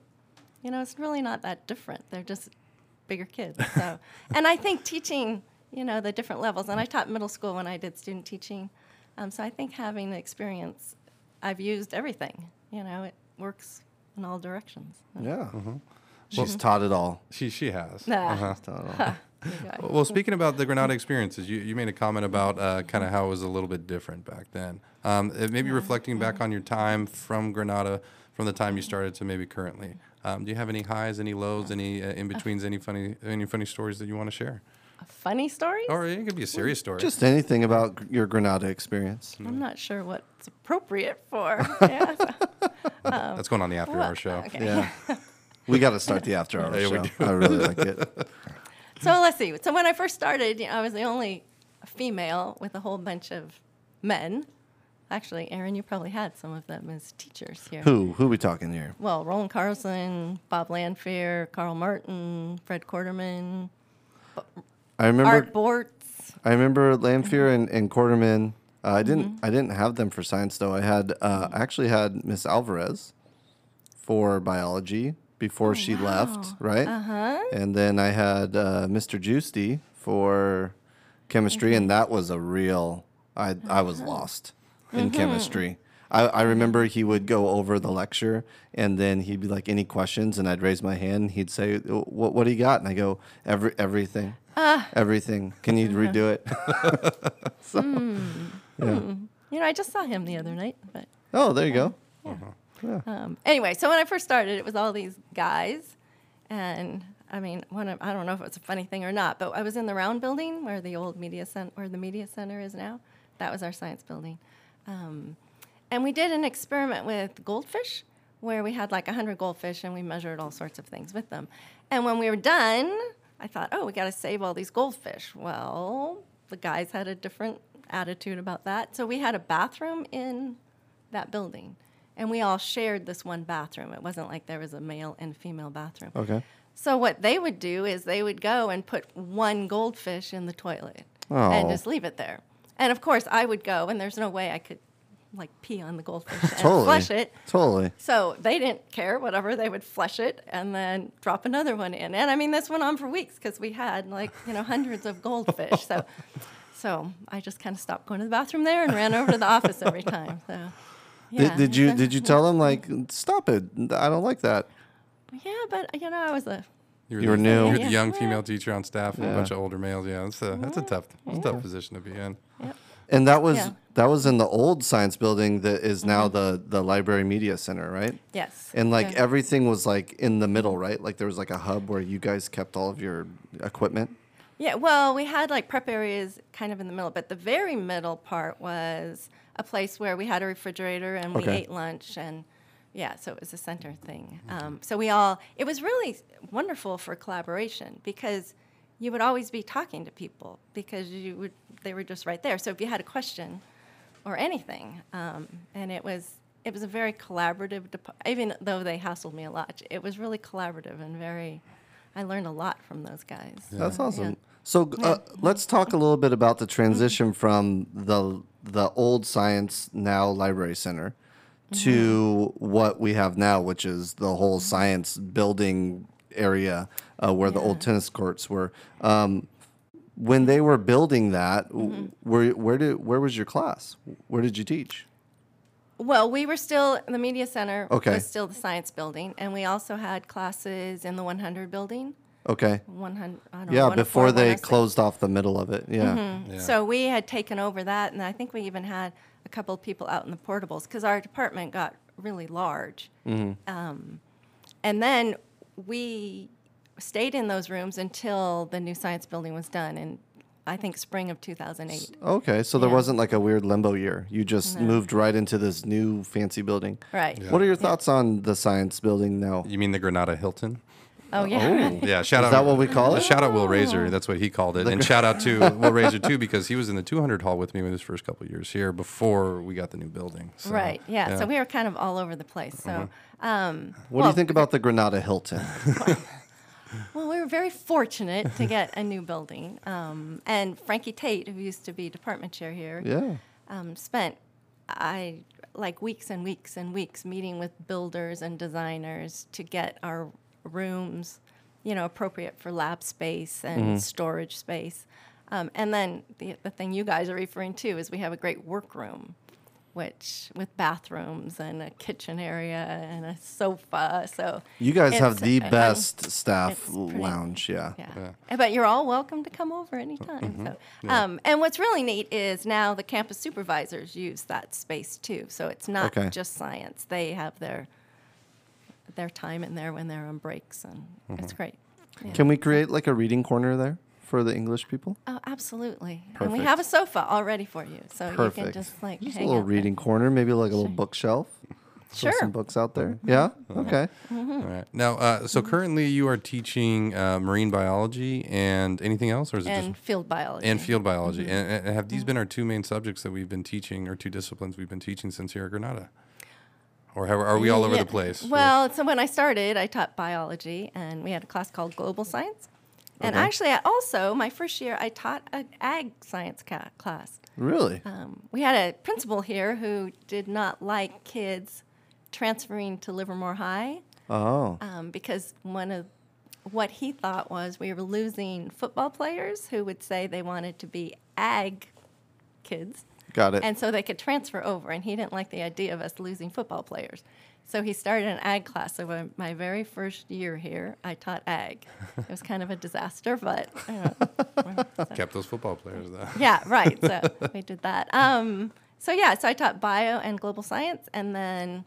S3: you know, it's really not that different. They're just bigger kids. So, and I think teaching, you know, the different levels. And I taught middle school when I did student teaching, um, so I think having the experience, I've used everything. You know, it works in all directions.
S1: Yeah. She's taught it all.
S2: She she has. Uh-huh.
S3: Nah.
S1: Taught it all.
S3: Okay.
S2: Well, speaking about the Granada experiences, you, you made a comment about uh, kind of how it was a little bit different back then. Um, it- maybe reflecting
S3: Mm-hmm.
S2: back on your time from Granada, from the time you started to maybe currently. Um, do you have any highs, any lows, any uh, in betweens, any funny, any funny stories that you want to share?
S3: A funny story.
S2: Or it could be a serious story.
S1: Just anything about gr- your Granada experience.
S3: I'm not sure what's appropriate for. yeah.
S2: That's going on the after hour show.
S3: uh, Okay.
S1: Yeah. we got to start the after hour
S2: Yeah, we
S1: show. I really like it.
S3: So let's see. So when I first started, you know, I was the only female with a whole bunch of men. Actually, Aaron, you probably had some of them as teachers here.
S1: Who? Who we talking here?
S3: Well, Roland Carlson, Bob Lanfear, Carl Martin, Fred Quarterman,
S1: I remember.
S3: Art Bortz.
S1: I remember Lamphere and, and Quarterman. Uh, I didn't. I didn't have them for science though. I had. Uh, I actually had Miss Alvarez for biology before she left. Right. Uh-huh. And then I had uh, Mr. Juicy for chemistry, and that was a real. I I was lost in chemistry. I, I remember he would go over the lecture and then he'd be like, any questions? And I'd raise my hand. And he'd say, what, what do you got? And I go, Every, everything, everything. Can you
S3: Mm-hmm.
S1: redo it?
S3: You know, I just saw him the other night, but
S1: Oh, there you go.
S3: Um, anyway, so when I first started, it was all these guys, and I mean, one of, I don't know if it was a funny thing or not, but I was in the round building where the old media center, where the media center is now. That was our science building, um, and we did an experiment with goldfish, where we had like hundred goldfish, and we measured all sorts of things with them. And when we were done, I thought, oh, we got to save all these goldfish. Well, the guys had a different attitude about that, so we had a bathroom in that building. And we all shared this one bathroom. It wasn't like there was a male and female bathroom.
S1: Okay.
S3: So what they would do is they would go and put one goldfish in the toilet
S1: Oh.
S3: and just leave it there. And of course, I would go, and there's no way I could like pee on the goldfish and
S1: Totally.
S3: flush it.
S1: Totally.
S3: So they didn't care, whatever. They would flush it and then drop another one in. And I mean, this went on for weeks because we had like, you know, hundreds of goldfish. So, so I just kind of stopped going to the bathroom there and ran over to the office every time. So, yeah.
S1: Did, did you did you tell him like stop it? I don't like that.
S3: Yeah, but you know, I was a
S2: You
S1: You were
S2: the,
S1: new.
S2: You're the young
S3: Yeah.
S2: female teacher on staff and
S1: Yeah.
S2: a bunch of older males. Yeah, that's a, that's a tough that's a tough position to be in.
S3: yep.
S1: And that was
S3: Yeah.
S1: that was in the old science building that is now the the library media center, right?
S3: yes.
S1: And like
S3: yeah.
S1: everything was like in the middle, right? Like there was like a hub where you guys kept all of your equipment.
S3: Yeah, well, we had like prep areas kind of in the middle, but the very middle part was a place where we had a refrigerator and we
S1: Okay.
S3: ate lunch and yeah, so it was a center thing. Um, so we all it was really wonderful for collaboration because you would always be talking to people because you would they were just right there. So if you had a question or anything, um, and it was it was a very collaborative. Dep- even though they hassled me a lot, it was really collaborative and very. I learned a lot from those guys.
S1: That's
S3: Yeah.
S1: awesome. So uh, let's talk a little bit about the transition from the the old science now library center to
S3: Mm-hmm.
S1: what we have now, which is the whole science building area uh, where the old tennis courts were. Um, when they were building that, w-
S3: Mm-hmm.
S1: where where did where was your class? Where did you teach?
S3: Well, we were still the media center
S1: Okay.
S3: was still the science building, and we also had classes in the 100 building.
S1: Okay,
S3: 100. I don't know,
S1: yeah,
S3: 104,
S1: before they
S3: 106.
S1: closed off the middle of it. Yeah,
S3: Mm-hmm.
S2: Yeah.
S3: So we had taken over that, and I think we even had a couple of people out in the portables because our department
S1: Mm-hmm.
S3: got really large. Um, and then we stayed in those rooms until the new science building was done in, I think, spring of 2008.
S1: Okay, so there
S3: Yeah.
S1: wasn't like a weird limbo year. You just
S3: No.
S1: moved right into this new fancy building.
S3: Right.
S1: What are your thoughts on the science building now?
S2: You mean the Granada Hilton?
S3: Oh, yeah. right.
S2: Yeah, shout
S1: Is
S2: out.
S1: that what we call
S2: Uh,
S1: it?
S2: Shout out Will
S3: Oh.
S2: Razor. That's what he called it. And shout out to Will Razor too because he was in the 200 hall with me with his first couple of years here before we got the new building.
S1: Oh.
S2: So,
S3: Right. Yeah. So we were kind of all over the place. So, um,
S1: Uh-huh. What do
S3: well,
S1: you think about the Granada Hilton?
S3: Well, we were very fortunate to get a new building. Um, and Frankie Tate, who used to be department chair here,
S1: yeah.
S3: um, spent I like weeks and weeks and weeks meeting with builders and designers to get our rooms, you know, appropriate for lab space and
S1: Mm-hmm.
S3: storage space. Um, and then the, the thing you guys are referring to is we have a great workroom, which with bathrooms and a kitchen area and a sofa. So
S1: You guys have
S3: it's-
S1: the
S3: and-
S1: best staff
S3: it's pretty-
S1: lounge. Yeah. Mm-hmm.
S3: yeah. Uh, But you're all welcome to come over anytime. So, um, and what's really neat is now the campus supervisors use that space too. So it's not
S1: Okay.
S3: just science. They have their their time in there when they're on breaks, and it's
S1: Mm-hmm.
S3: great. Yeah.
S1: Can we create like a reading corner there for the English people?
S3: Oh, absolutely. And we have a sofa all ready for you, so you can
S1: Perfect.
S3: just like
S1: Just a
S3: hang
S1: little
S3: out there.
S1: reading corner, maybe like a little bookshelf. Throw
S3: Sure. Mm-hmm.
S1: Some books out there. Yeah. Okay.
S2: All right. Now, uh, so currently you are teaching uh, marine biology and anything else, or is it
S3: and
S2: just
S3: field biology.
S2: and field biology?
S3: Mm-hmm.
S2: And, and have these been our two main subjects that we've been teaching, or two disciplines we've been teaching since here at Granada? Or have, are we all over
S3: Yeah.
S2: the place?
S3: Well, so when I started, I taught biology, and we had a class called Global Science. And
S2: Okay.
S3: actually, I also my first year, I taught an ag science ca- class.
S1: Really?
S3: Um, we had a principal here who did not like kids transferring to Livermore High
S1: Oh.
S3: um, because one of what he thought was we were losing football players who would say they wanted to be ag kids
S1: Got it.
S3: and so they could transfer over. And he didn't like the idea of us losing football players. So he started an ag class. So when- my very first year here, I taught ag. It was kind of a disaster, but uh,
S2: Kept those football players though.
S3: yeah, right. So we did that. Um, so yeah, so I taught bio and global science, and then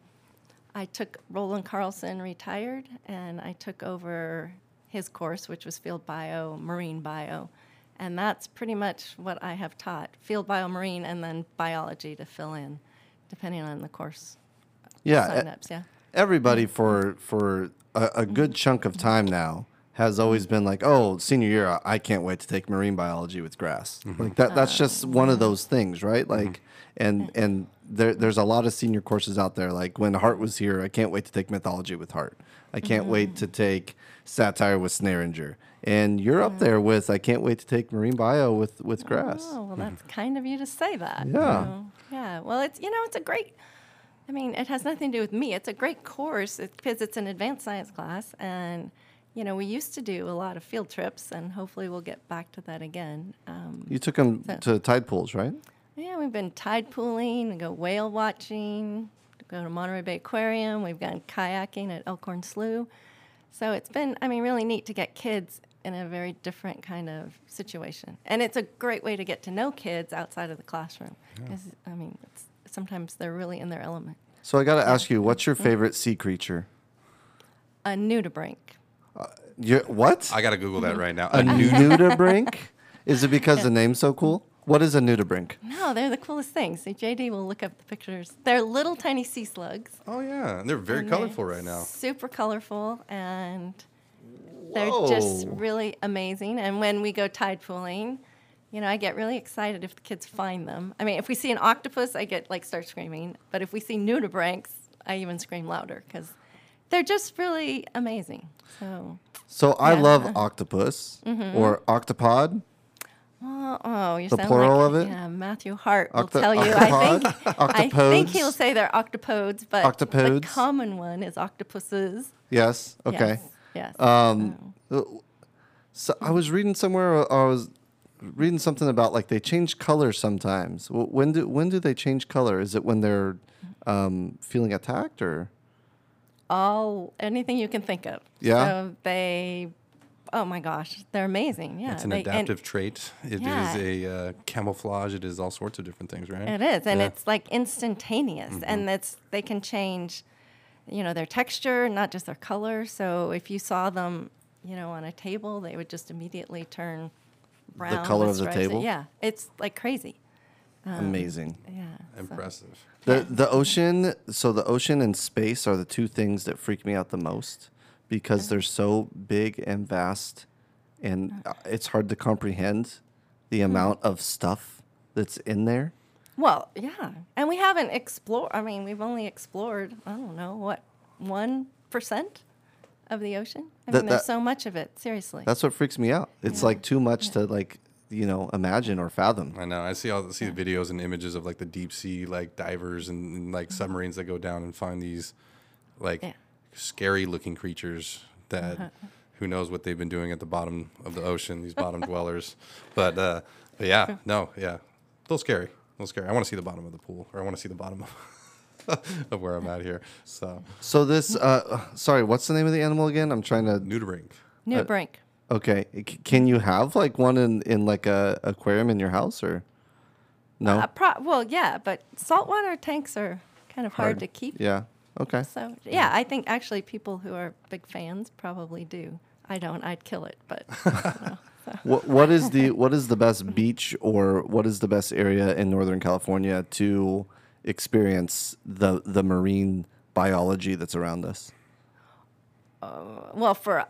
S3: I took Roland Carlson retired, and I took over his course, which was field bio, marine bio, and that's pretty much what I have taught: field bio, marine, and then biology to fill in, depending on the course
S1: yeah. e-
S3: signups. Yeah.
S1: Everybody for for a, a good chunk of time now has always been like, oh, senior year, I- I can't wait to take marine biology with grass. Like that. That's just one of those things, right? Like, and and there, there's a lot of senior courses out there. Like when Hart was here, I can't wait to take mythology with Hart. I can't wait to take satire with Snaringer. And you're up there with I can't wait to take marine bio with with grass. Mm-hmm.
S3: Oh well, that's kind of you to say that. you
S1: Yeah.
S3: know. yeah. Well, it's you know it's a great. I mean, it has nothing to do with me. It's a great course because it's an advanced science class, and you know we used to do a lot of field trips, and hopefully we'll get back to that again. Um,
S1: You took him to tide pools, right?
S3: yeah, we've been tide pooling, we go whale watching, go to Monterey Bay Aquarium. We've gone kayaking at Elkhorn Slough. So it's been, I mean, really neat to get kids in a very different kind of situation. And it's a great way to get to know kids outside of the classroom. 'Cause, I mean, it's, sometimes they're really in their element.
S1: So I got to ask you, what's your favorite sea creature?
S3: A nudibranch.
S1: You what?
S2: I gotta Google
S3: Mm-hmm.
S2: that right now.
S1: A
S2: A new
S1: nudibranch? Is it because the name's so cool? What is a nudibranch?
S3: No, they're the coolest things. So JD will look up the pictures. They're little tiny sea slugs.
S2: Oh yeah, and they're very
S3: and they're
S2: colorful right now.
S3: Super colorful, and they're just
S1: Whoa.
S3: really amazing. And when we go tide pooling, you know, I get really excited if the kids find them. I mean, if we see an octopus, I get like start screaming. But if we see nudibranchs, I even scream louder because they're just really amazing. So,
S1: So I
S3: Yeah. Mm-hmm.
S1: love octopus or octopod.
S3: oh, oh you
S1: The
S3: sound
S1: plural
S3: like,
S1: of it?
S3: Yeah, Matthew Hart will
S1: Octo-
S3: tell you. I think I think
S1: Octopodes?
S3: he'll say they're octopodes, but the
S1: Octopodes?
S3: common one is octopuses.
S1: Yes. Okay.
S3: Yes. Oh. yes.
S1: Um, so I was reading somewhere. uh, I was reading something about like they change color sometimes. Wh- When do when do they change color? Is it when they're
S3: Mm.
S1: um, feeling attacked or?
S3: all anything you can think of.
S1: Yeah?
S3: So they, oh my gosh, they're amazing. Yeah.
S2: It's an
S3: they- and
S2: adaptive trait. It is
S3: Yeah.
S2: a uh, camouflage. It is all sorts of different things, right?
S3: It is, and
S2: Yeah.
S3: it's like instantaneous,
S1: Mm-hmm.
S3: and it's they can change, you know, their texture, not just their color. So if you saw them you know, on a table, they would just immediately turn brown.
S1: color
S3: with
S1: of the
S3: stripes.
S1: table?
S3: Yeah, it's like crazy. Um,
S1: Amazing.
S3: Yeah. so-
S2: Impressive.
S1: The the ocean, so the ocean and space are the two things that freak me out the most because they're so big and vast and uh, it's hard to comprehend the
S3: Mm-hmm.
S1: amount of stuff that's in there.
S3: Well, yeah. And we haven't explored, I mean, we've only explored, I don't know, what, 1% of the ocean? I
S1: That-
S3: mean, there's
S1: that-
S3: so much of it, seriously.
S1: That's what freaks me out. It's like too much to like, you know, imagine or fathom.
S2: I know. I see all see the videos and images of like the deep sea like divers and, and, like submarines that go down and find these like
S3: Yeah.
S2: scary looking creatures that who knows what they've been doing at the bottom of the ocean, these bottom dwellers. But uh but yeah, no, yeah. A little scary. A little scary. I want to see the bottom of the pool or I want to see the bottom of, of where I'm at here. So
S1: So this uh sorry, what's the name of the animal again? I'm trying to
S2: Nudibranch.
S1: uh,
S3: New Brink.
S1: Okay, c- can you have like one in in like a aquarium in your house or no?
S3: Uh, pro- well, yeah, but saltwater tanks are kind of hard, to keep.
S1: Yeah. Okay.
S3: So, yeah, I think actually people who are big fans probably do. I don't, I'd kill it, but
S1: What what is the what is the best beach or what is the best area in Northern California to experience the the marine biology that's around us?
S3: well for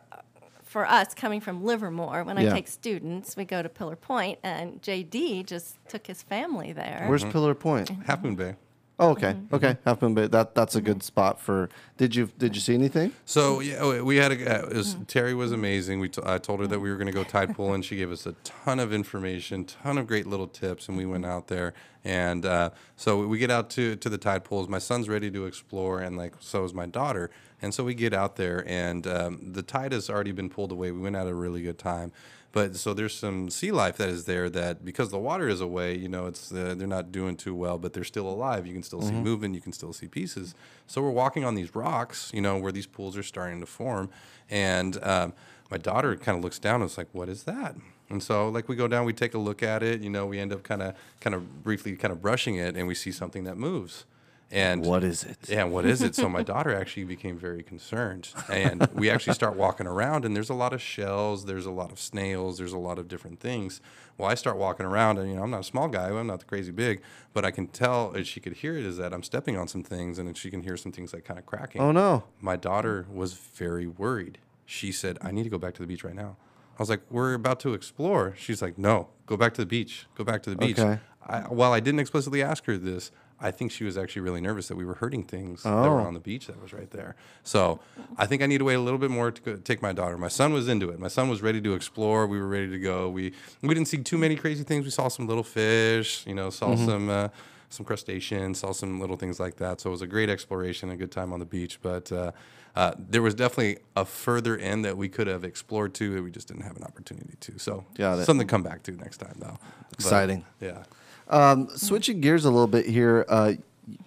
S3: for us coming from Livermore, when
S1: Yeah.
S3: I take students, we go to Pillar Point, and JD just took his family there.
S1: Where's Pillar Point?
S2: Half Moon Bay.
S1: Oh, okay, okay, Half Moon Bay. That that's a good spot for. Did you did you see anything?
S2: So yeah, we- we had a uh, it was, Terry was amazing. We t- I told her that we were going to go tide pool, and she gave us a ton of information, ton of great little tips, and we went out there. And uh, so we get out to to the tide pools. My son's ready to explore, and like so is my daughter. And so we get out there, and um, the tide has already been pulled away. We went out at a really good time. But so there's some sea life that is there that because the water is away, you know, it's uh, they're not doing too well, but they're still alive. You can still see movement, you can still see pieces. So we're walking on these rocks, you know, where these pools are starting to form, and um, my daughter kind of looks down and is like, "What is that?" And so like we go down, we take a look at it, you know, we end up kind of kind of briefly kind of brushing it, and we see something that moves. And
S1: What is it?
S2: yeah, what is it? So my daughter actually became very concerned, and we actually start walking around, and there's a lot of shells, there's a lot of snails, there's a lot of different things. Well, I start walking around, and you know, I'm not a small guy, I'm not the crazy big, but I can tell, and she could hear it, is that I'm stepping on some things, and she can hear some things like kind of cracking.
S1: Oh no.
S2: My daughter was very worried. She said, I need to go back to the beach right now. I was like, We're about to explore. She's like, No, go back to the beach. Go back to the beach.
S1: Okay.
S2: I, while I didn't explicitly ask her this, I think she was actually really nervous that we were hurting things that
S1: Oh.
S2: were on the beach that was right there. So I think I need to wait a little bit more to go, take my daughter. My son was into it. My son was ready to explore. We were ready to go. We we didn't see too many crazy things. We saw some little fish, you know,
S1: Mm-hmm.
S2: saw some uh, some crustaceans, saw some little things like that. So it was a great exploration, a good time on the beach. But uh, uh, there was definitely a further end that we could have explored to that we just didn't have an opportunity to. So
S1: Got it.
S2: something to come back to next time though. But,
S1: Exciting.
S2: yeah.
S1: Um, switching gears a little bit here, uh,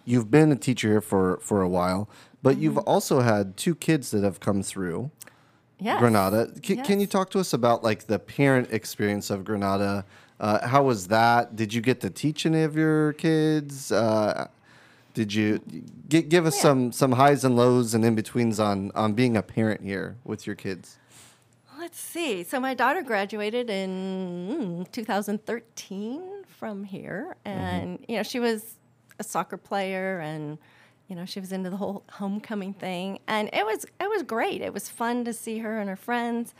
S1: you've been a teacher here for for a while, but you've also had two kids that have come through.
S3: yeah.
S1: Granada. C- Can you
S3: Yes.
S1: talk to us about like the parent experience of Granada? Uh, how was that? Did you get to teach any of your kids? Uh, did you g- give us
S3: Yeah.
S1: some some highs and lows and in betweens on on being a parent here with your kids?
S3: Let's see. So my daughter graduated in mm, 2013 from here,
S1: Mm-hmm.
S3: and you know she was a soccer player, and you know she was into the whole homecoming thing, and it was it was great. It was fun to see her and her friends.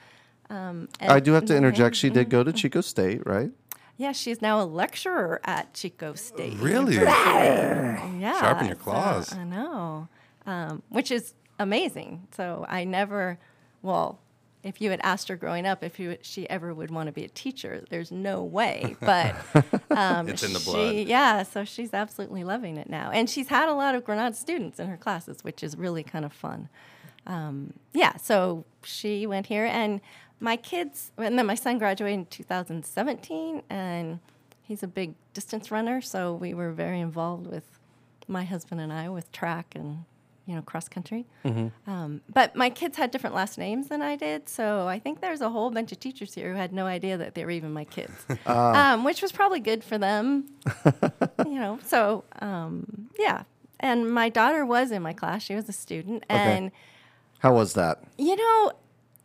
S3: Um, and
S1: I do have to
S3: Mhm.
S1: interject. She did go to Chico State, right?
S3: Yeah, she's now a lecturer at Chico State.
S2: Really?
S3: Yeah.
S2: Sharpen your
S3: so-
S2: claws.
S3: I know, um, which is amazing. So I never, well, if you had asked her growing up if you, she ever would want to be a teacher, there's no way. But um,
S2: It's in the
S3: she-
S2: blood.
S3: yeah, so she's absolutely loving it now, and she's had a lot of Granada students in her classes, which is really kind of fun. Um, yeah, so she went here, and my kids, and then my son graduated in 2017, and he's a big distance runner, so we were very involved with my husband and I with track and you know cross country. Um, but my kids had different last names than I did, so I think there's a whole bunch of teachers here who had no idea that they were even my kids,
S1: Ah.
S3: um, which was probably good for them. you know, so um, yeah. And my daughter was in my class; she was a student, and
S1: How was that?
S3: you know,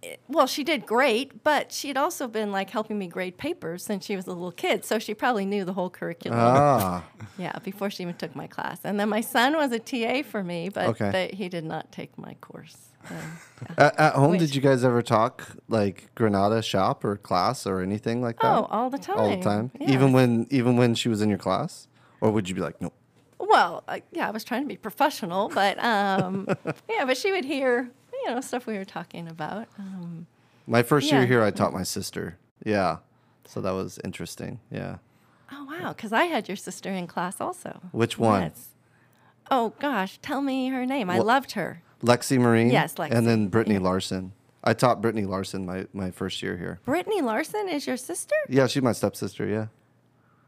S3: it- well, she did great, but she had also been like helping me grade papers since she was a little kid, so she probably knew the whole curriculum.
S1: Ah,
S3: Yeah, before she even took my class. And then my son was a TA for me, but
S1: Okay.
S3: they, he did not take my course. So, yeah.
S1: at, at home,
S3: Which-
S1: did you guys ever talk like Granada shop or class or anything like that?
S3: Oh, all the time.
S1: all the time,
S3: Yeah.
S1: even when even when she was in your class, or would you be like, nope?
S3: well, uh, yeah, I was trying to be professional, but um, yeah, but she would hear you know stuff we were talking about. Um,
S1: My first year
S3: Yeah.
S1: here, I taught my sister. Yeah, so that was interesting. Yeah,
S3: oh wow, because I had your sister in class also.
S1: Which one?
S3: Oh gosh, tell me her name. I
S1: Well-
S3: loved her.
S1: Lexi Marine.
S3: Yes,
S1: and
S3: Lexi.
S1: then Brittany Larson. I taught Brittany Larson my my first year here.
S3: Brittany Larson is your sister?
S1: Yeah, she's my stepsister. Yeah.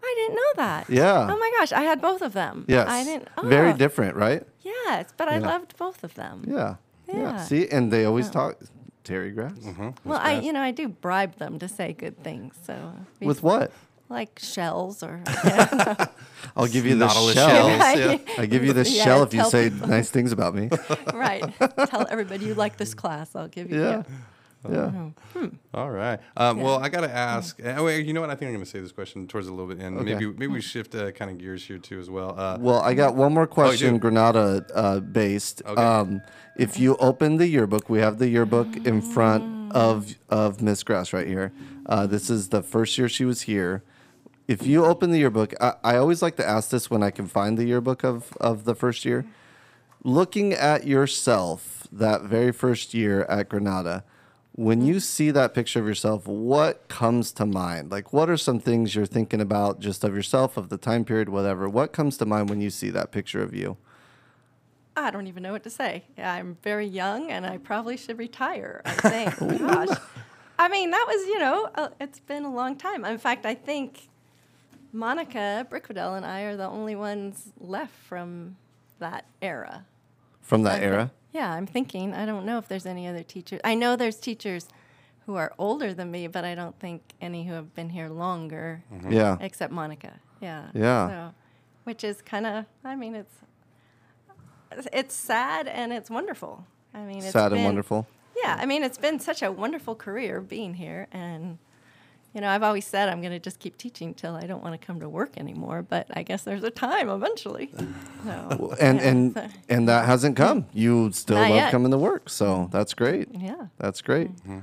S3: I didn't know that.
S1: Yeah.
S3: Oh my gosh, I had both of them.
S1: Yes.
S3: I didn't. Oh,
S1: Very different, right?
S3: Yes, but I
S1: Yeah.
S3: loved both of them.
S1: Yeah. Yeah.
S3: Yeah. Oh.
S1: See, and they always talk Terry Grass.
S3: Well, I
S2: bad.
S3: you know I do bribe them to say good things. So be-
S1: With what?
S3: like shells or yeah,
S1: I'll give you the
S2: Nautilus
S1: shell.
S2: shells. yeah.
S1: I give you the
S3: Yeah,
S1: shell if you
S3: tell
S1: say
S3: people-
S1: nice things about me.
S3: right. Tell everybody you like this class. I'll give you
S1: Yeah.
S3: yeah. Oh.
S1: Yeah.
S2: All right. Um, Well, I got to ask. uh, wait, you know what? I think I'm going to save this question towards the little bit end. Maybe maybe we shift uh, kind of gears here too as well. Uh,
S1: Well, I got one more question,
S2: do?
S1: Granada uh, based.
S2: Okay.
S1: Um, if you open the yearbook, we have the yearbook in front of of Miss Grass right here. Uh, this is the first year she was here. If you open the yearbook, I, I always like to ask this when I can find the yearbook of of the first year. Looking at yourself that very first year at Granada, when
S3: Mm-hmm.
S1: you see that picture of yourself, what comes to mind? Like, what are some things you're thinking about just of yourself, of the time period, whatever? What comes to mind when you see that picture of you?
S3: I don't even know what to say. I'm very young and I probably should retire, I think. Gosh. I mean, that was, you know, uh, it's been a long time. In fact, I think Monica Brickadell and I are the only ones left from that era.
S1: From that
S3: I'm thi-
S1: era?
S3: yeah, I'm thinking. I don't know if there's any other teachers. I know there's teachers who are older than me, but I don't think any who have been here longer,
S1: Yeah.
S3: except Monica. Yeah.
S1: Yeah.
S3: So, which is kind of. I mean, it's it's sad and it's wonderful. I mean, it's
S1: Sad and
S3: been-
S1: wonderful.
S3: Yeah, I mean, it's been such a wonderful career being here, and you know, I've always said I'm going to just keep teaching till I don't want to come to work anymore. But I guess there's a time eventually. So,
S1: And
S3: yeah, so-
S1: and and that hasn't come. You still
S3: Not
S1: love
S3: yet. Mm-hmm.
S1: coming to work, so that's great.
S3: yeah.
S1: That's great. Mm-hmm.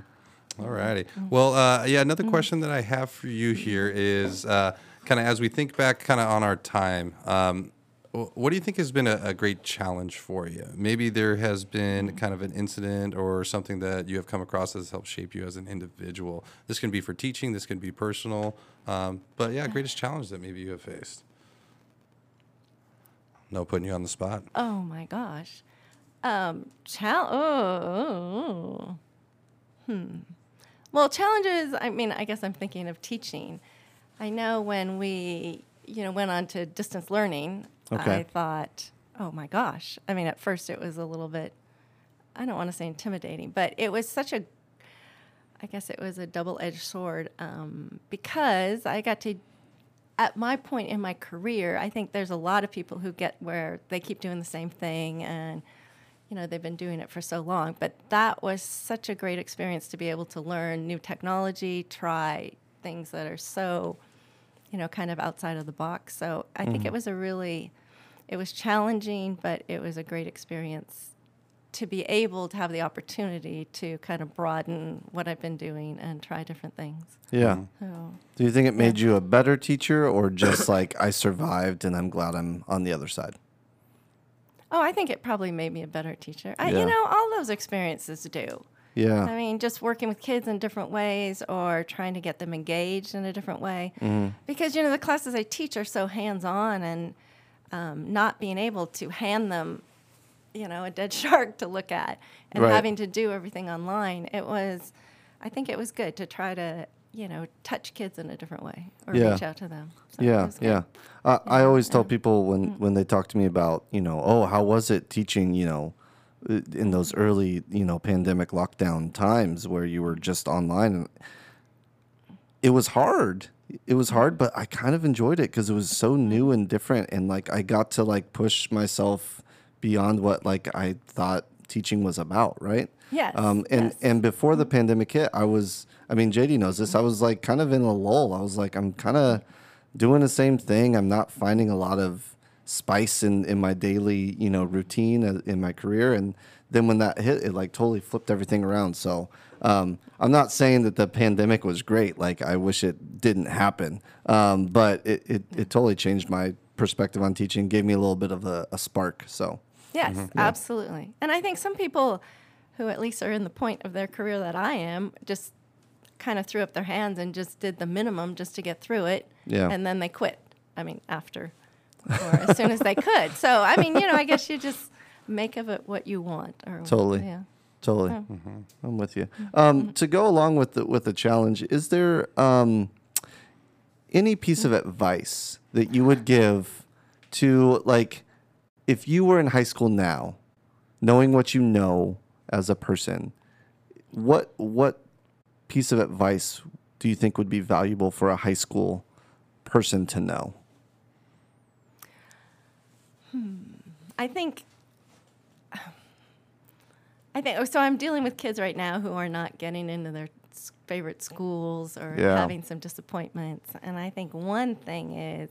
S2: All righty. Well, uh, yeah, another question that I have for you here is uh, kind of as we think back kind of on our time, um, wh- what do you think has been a, a great challenge for you? Maybe there has
S1: Mm-hmm.
S2: been kind of an incident or something that you have come across that has helped shape you as an individual. This can be for teaching, this can be personal. Um, but yeah, greatest challenge that maybe you have faced. No putting you on the spot.
S3: Oh my gosh. Um, chal- oh, oh, oh. Hmm. Well, challenges, I mean, I guess I'm thinking of teaching. I know when we, you know, went on to distance learning,
S1: Okay.
S3: I thought, oh my gosh. I mean, at first it was a little bit, I don't want to say intimidating, but it was such a I guess it was a double edged sword um, because I got to, at my point in my career, I think there's a lot of people who get where they keep doing the same thing and, you know, they've been doing it for so long. But that was such a great experience to be able to learn new technology, try things that are so, you know, kind of outside of the box. So I think it was a really, it was challenging, but it was a great experience to be able to have the opportunity to kind of broaden what I've been doing and try different things.
S1: Yeah.
S3: So,
S1: Do you think it made you a better teacher or just like I survived and I'm glad I'm on the other side?
S3: oh, I think it probably made me a better teacher. I,
S1: Yeah.
S3: You know, all those experiences do.
S1: Yeah.
S3: I mean, just working with kids in different ways or trying to get them engaged in a different way.
S1: Mm-hmm.
S3: Because, you know, the classes I teach are so hands on and um, not being able to hand them, you know, a dead shark to look at and
S1: Right.
S3: having to do everything online, it was, I think it was good to try to, you know, touch kids in a different way or
S1: Yeah.
S3: reach out to them. So it
S1: yeah
S3: was good. Mm.
S1: yeah uh, i always tell people when when they talk to me about you know oh how was it teaching you know uh, in those early you know pandemic lockdown times where you were just online and it was hard it was hard but i kind of enjoyed it because it was so
S3: Mm-hmm.
S1: new and different and like i got to like push myself beyond what like i thought teaching was about, right?
S3: Yes,
S1: Um, and
S3: yes.
S1: and before the pandemic hit, I was, I mean, JD knows this. I was like kind of in a lull. I was like, I'm kind of doing the same thing. I'm not finding a lot of spice in in my daily, you know, routine uh, in my career. And then when that hit, it like totally flipped everything around. So. Um, I'm not saying that the pandemic was great. Like I wish it didn't happen, um, but it, it, it totally changed my perspective on teaching. Gave me a little bit of a, a spark. So
S3: Yes,
S1: Mm-hmm.
S3: absolutely. And I think some people who at least are in the point of their career that I am just kind of threw up their hands and just did the minimum just to get through it.
S1: Yeah.
S3: And then they quit. I mean, after or as soon as they could. So, I mean, you know, I guess you just make of it what you want. Or,
S1: Totally.
S3: Yeah.
S1: Totally, Mm-hmm. I'm with you. Um, to go along with the with the challenge, is there um, any piece of advice that you would give to like if you were in high school now, knowing what you know as a person, what what piece of advice do you think would be valuable for a high school person to know?
S3: I think. I think so. I'm dealing with kids right now who are not getting into their s- favorite schools or
S1: Yeah.
S3: having some disappointments. And I think one thing is,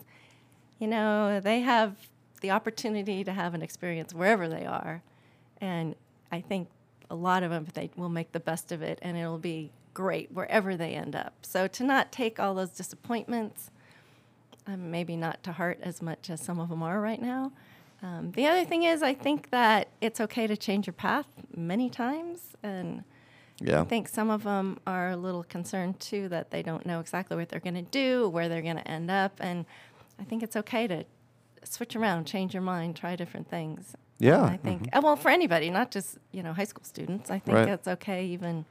S3: you know, they have the opportunity to have an experience wherever they are. And I think a lot of them, they will make the best of it and it'll be great wherever they end up. So to not take all those disappointments um, maybe not to heart as much as some of them are right now. Um, the other thing is, I think that it's okay to change your path many times. And
S1: Yeah,
S3: I think some of them are a little concerned too that they don't know exactly what they're going to do, where they're going to end up. And I think it's okay to switch around, change your mind, try different things.
S1: Yeah. mm-hmm.
S3: And I think, uh, well, for anybody, not just, you know, high school students. I think
S1: Right.
S3: that's okay even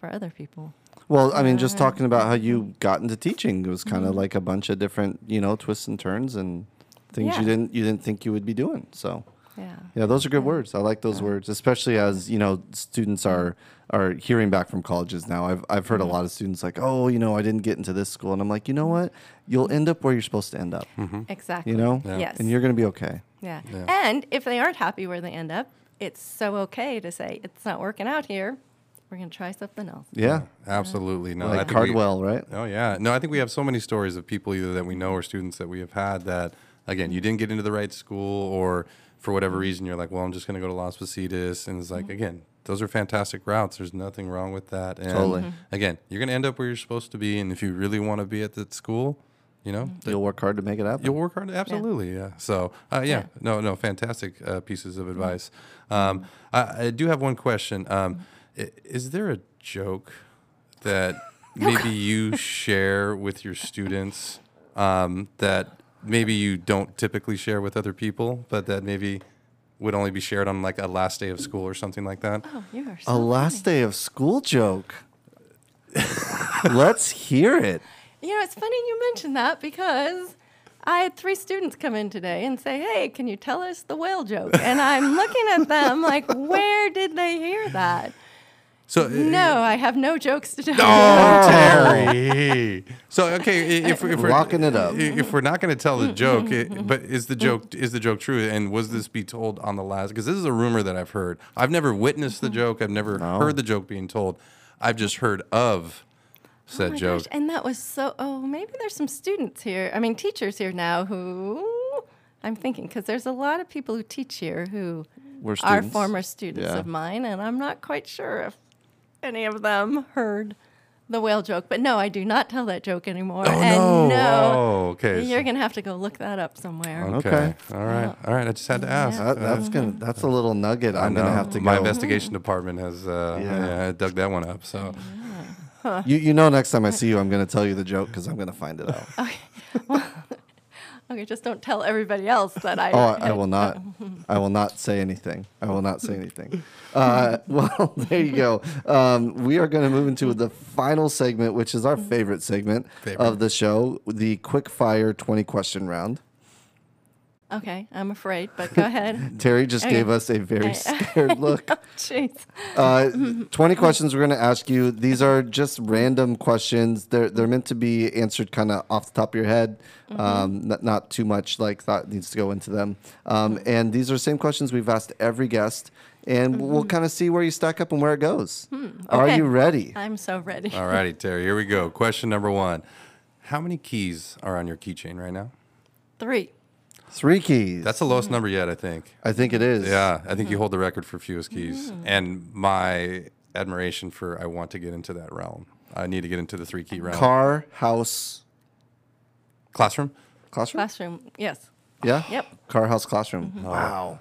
S3: for other people.
S1: Well, I mean, just talking about how you got into teaching was kind of like a bunch of different, you know, twists and turns and things you
S3: Yeah.
S1: didn't you didn't think you would be doing. So,
S3: Yeah.
S1: yeah, those are good words. I like those words, especially as you know, students are are hearing back from colleges now. I've I've heard a lot of students like, oh, you know, I didn't get into this school, and I'm like, you know what, you'll end up where you're supposed to end up,
S3: Exactly.
S1: you know,
S3: Yes.
S1: and you're gonna be okay.
S3: Yeah. And if they aren't happy where they end up, it's so okay to say, it's not working out here. We're going to try something else.
S1: Yeah,
S2: Absolutely. No, I
S1: like
S2: think we-
S1: Cardwell, right?
S2: Oh yeah. No, I think we have so many stories of people either that we know or students that we have had that again, you didn't get into the right school or for whatever
S1: Mm-hmm.
S2: reason you're like, well, I'm just going to go to Las Positas and it's like again, those are fantastic routes. There's nothing wrong with that. And
S1: Totally. Mhm.
S2: again, you're going to end up where you're supposed to be and if you really want to be at that school, you know, th-
S1: You'll work hard to make it happen.
S2: You'll work hard. Absolutely. Yeah. So, uh, yeah.
S3: Yeah.
S2: No, no. Fantastic uh, pieces of advice. Um, I, I do have one question. Um, i- is there a joke that maybe you share with your students um, that maybe you don't typically share with other people, but that maybe would only be shared on like a last day of school or something like that?
S3: Oh, you are so
S1: a last day of school joke. Let's hear it.
S3: You know, it's funny you mentioned that because I had three students come in today and say, Hey, can you tell us the whale joke? And I'm looking at them like, Where did they hear that?
S2: So
S3: No, I have no jokes to tell.
S2: Oh, Terry. So okay, i- if, if we're
S1: Locking it up.
S2: i- if we're not going to tell
S3: Mm-hmm.
S2: the joke, i but is the joke is the joke true? And was this be told on the last? Because this is a rumor that I've heard. I've never witnessed
S3: Mm-hmm.
S2: the joke. I've never heard the joke being told. I've just heard of
S3: Oh
S2: said
S3: my
S2: joke.
S3: gosh, and that was so. Oh, maybe there's some students here. I mean, teachers here now who I'm thinking because there's a lot of people who teach here who
S1: We're
S3: are
S1: students.
S3: former students
S1: Yeah.
S3: of mine, and I'm not quite sure if any of them heard the whale joke. But no, I do not tell that joke anymore.
S2: Oh
S3: and
S2: no! Oh, okay.
S3: you're gonna have to go look that up somewhere.
S2: okay.
S1: Okay.
S2: All right. All right. I just had to ask.
S1: That, that's gonna. That's a little nugget. I'm
S2: No,
S1: gonna have to
S2: my
S1: go.
S2: investigation department has uh,
S1: Yeah.
S2: yeah. dug that one up. So
S3: Mm-hmm.
S1: You, you know, next time I see you, I'm gonna tell you the joke because I'm gonna find it out.
S3: Okay, just don't tell everybody else that I.
S1: Oh, I, I will not. I will not say anything. I will not say anything. Uh, well, there you go. Um, we are going to move into the final segment, which is our favorite segment
S2: Favorite.
S1: of the show, the quick fire 20 question round.
S3: Okay, I'm afraid, but go ahead.
S1: Terry just
S3: Okay.
S1: gave us a very scared look.
S3: Oh, jeez. Mm-hmm.
S1: Uh, 20 questions we're going to ask you. These are just random questions. They're, they're meant to be answered kind of off the top of your head.
S3: Mm-hmm.
S1: Um, not, not too much like thought needs to go into them. Um,
S3: Mm-hmm.
S1: And these are the same questions we've asked every guest. And we'll kind of see where you stack up and where it goes. Are
S3: Mm-hmm. Hmm, okay. Uh,
S1: you ready?
S3: I'm so ready.
S2: All righty, Terry, here we go. Question number one How many keys are on your keychain right now?
S3: Three.
S1: Three keys.
S2: That's the lowest
S3: Mm.
S2: number yet, I think.
S1: I think it is.
S2: Yeah, I think
S3: Mm-hmm.
S2: you hold the record for fewest keys.
S3: Mm.
S2: And my admiration for I want to get into that realm. I need to get into the three key realm.
S1: Car, house,
S2: Classroom?
S1: classroom?
S3: Classroom. Yes.
S1: Yeah.
S3: Yep. Mm-hmm.
S1: Car, house, classroom. Wow.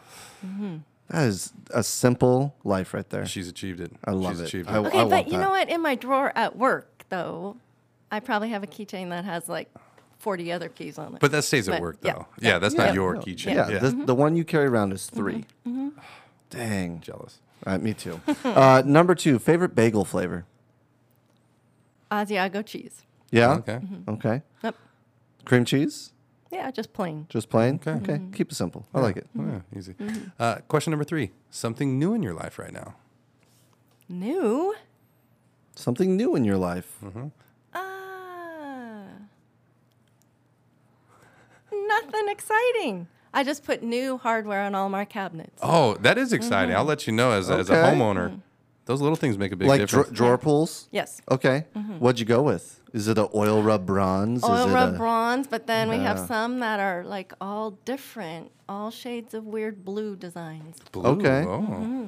S1: That is a simple life right there.
S2: She's achieved it.
S1: I love
S2: She's
S1: it.
S2: Achieved it.
S1: I w-
S3: Okay,
S1: want
S3: but you
S1: that.
S3: know what? In my drawer at work, though, I probably have a keychain that has like 40 other keys on it.
S2: but that stays at
S3: But,
S2: work,
S3: yeah,
S2: though. Yeah, that's not your
S1: No,
S2: keychain.
S1: Yeah,
S2: Yeah.
S1: The,
S3: Mm-hmm.
S1: the one you carry around is 3 Dang.
S2: Jealous.
S1: Uh, me too. uh, number two, favorite bagel flavor.
S3: Asiago cheese.
S1: Yeah.
S2: Okay.
S3: Mm-hmm.
S1: Okay.
S3: Yep.
S1: Cream cheese,
S3: Yeah, just plain.
S1: just plain. Okay.
S3: Mm-hmm.
S1: Keep it simple. I like it.
S2: Oh, Yeah, easy. Uh, question number three Something new in your life right now?
S3: New.
S1: Something new in your life.
S2: Mm-hmm.
S3: Ah. Nothing exciting. I just put new hardware on all my cabinets.
S2: Oh, that is
S3: Mm-hmm.
S2: exciting. I'll let you know as, as a
S1: Okay.
S2: homeowner,
S3: Mm.
S2: those little things make a big
S1: Like dra-
S2: difference.
S1: drawer pulls.
S3: Yes. Mm-hmm.
S1: Okay. What'd you go with? Is it a oil rub bronze?
S3: Oil
S1: Oh, Is it
S3: rub
S1: a-
S3: bronze, but then we have
S1: Yeah.
S3: some that are like all different, all shades of weird blue designs.
S2: Blue.
S1: Okay.
S2: Oh.
S3: Mm-hmm.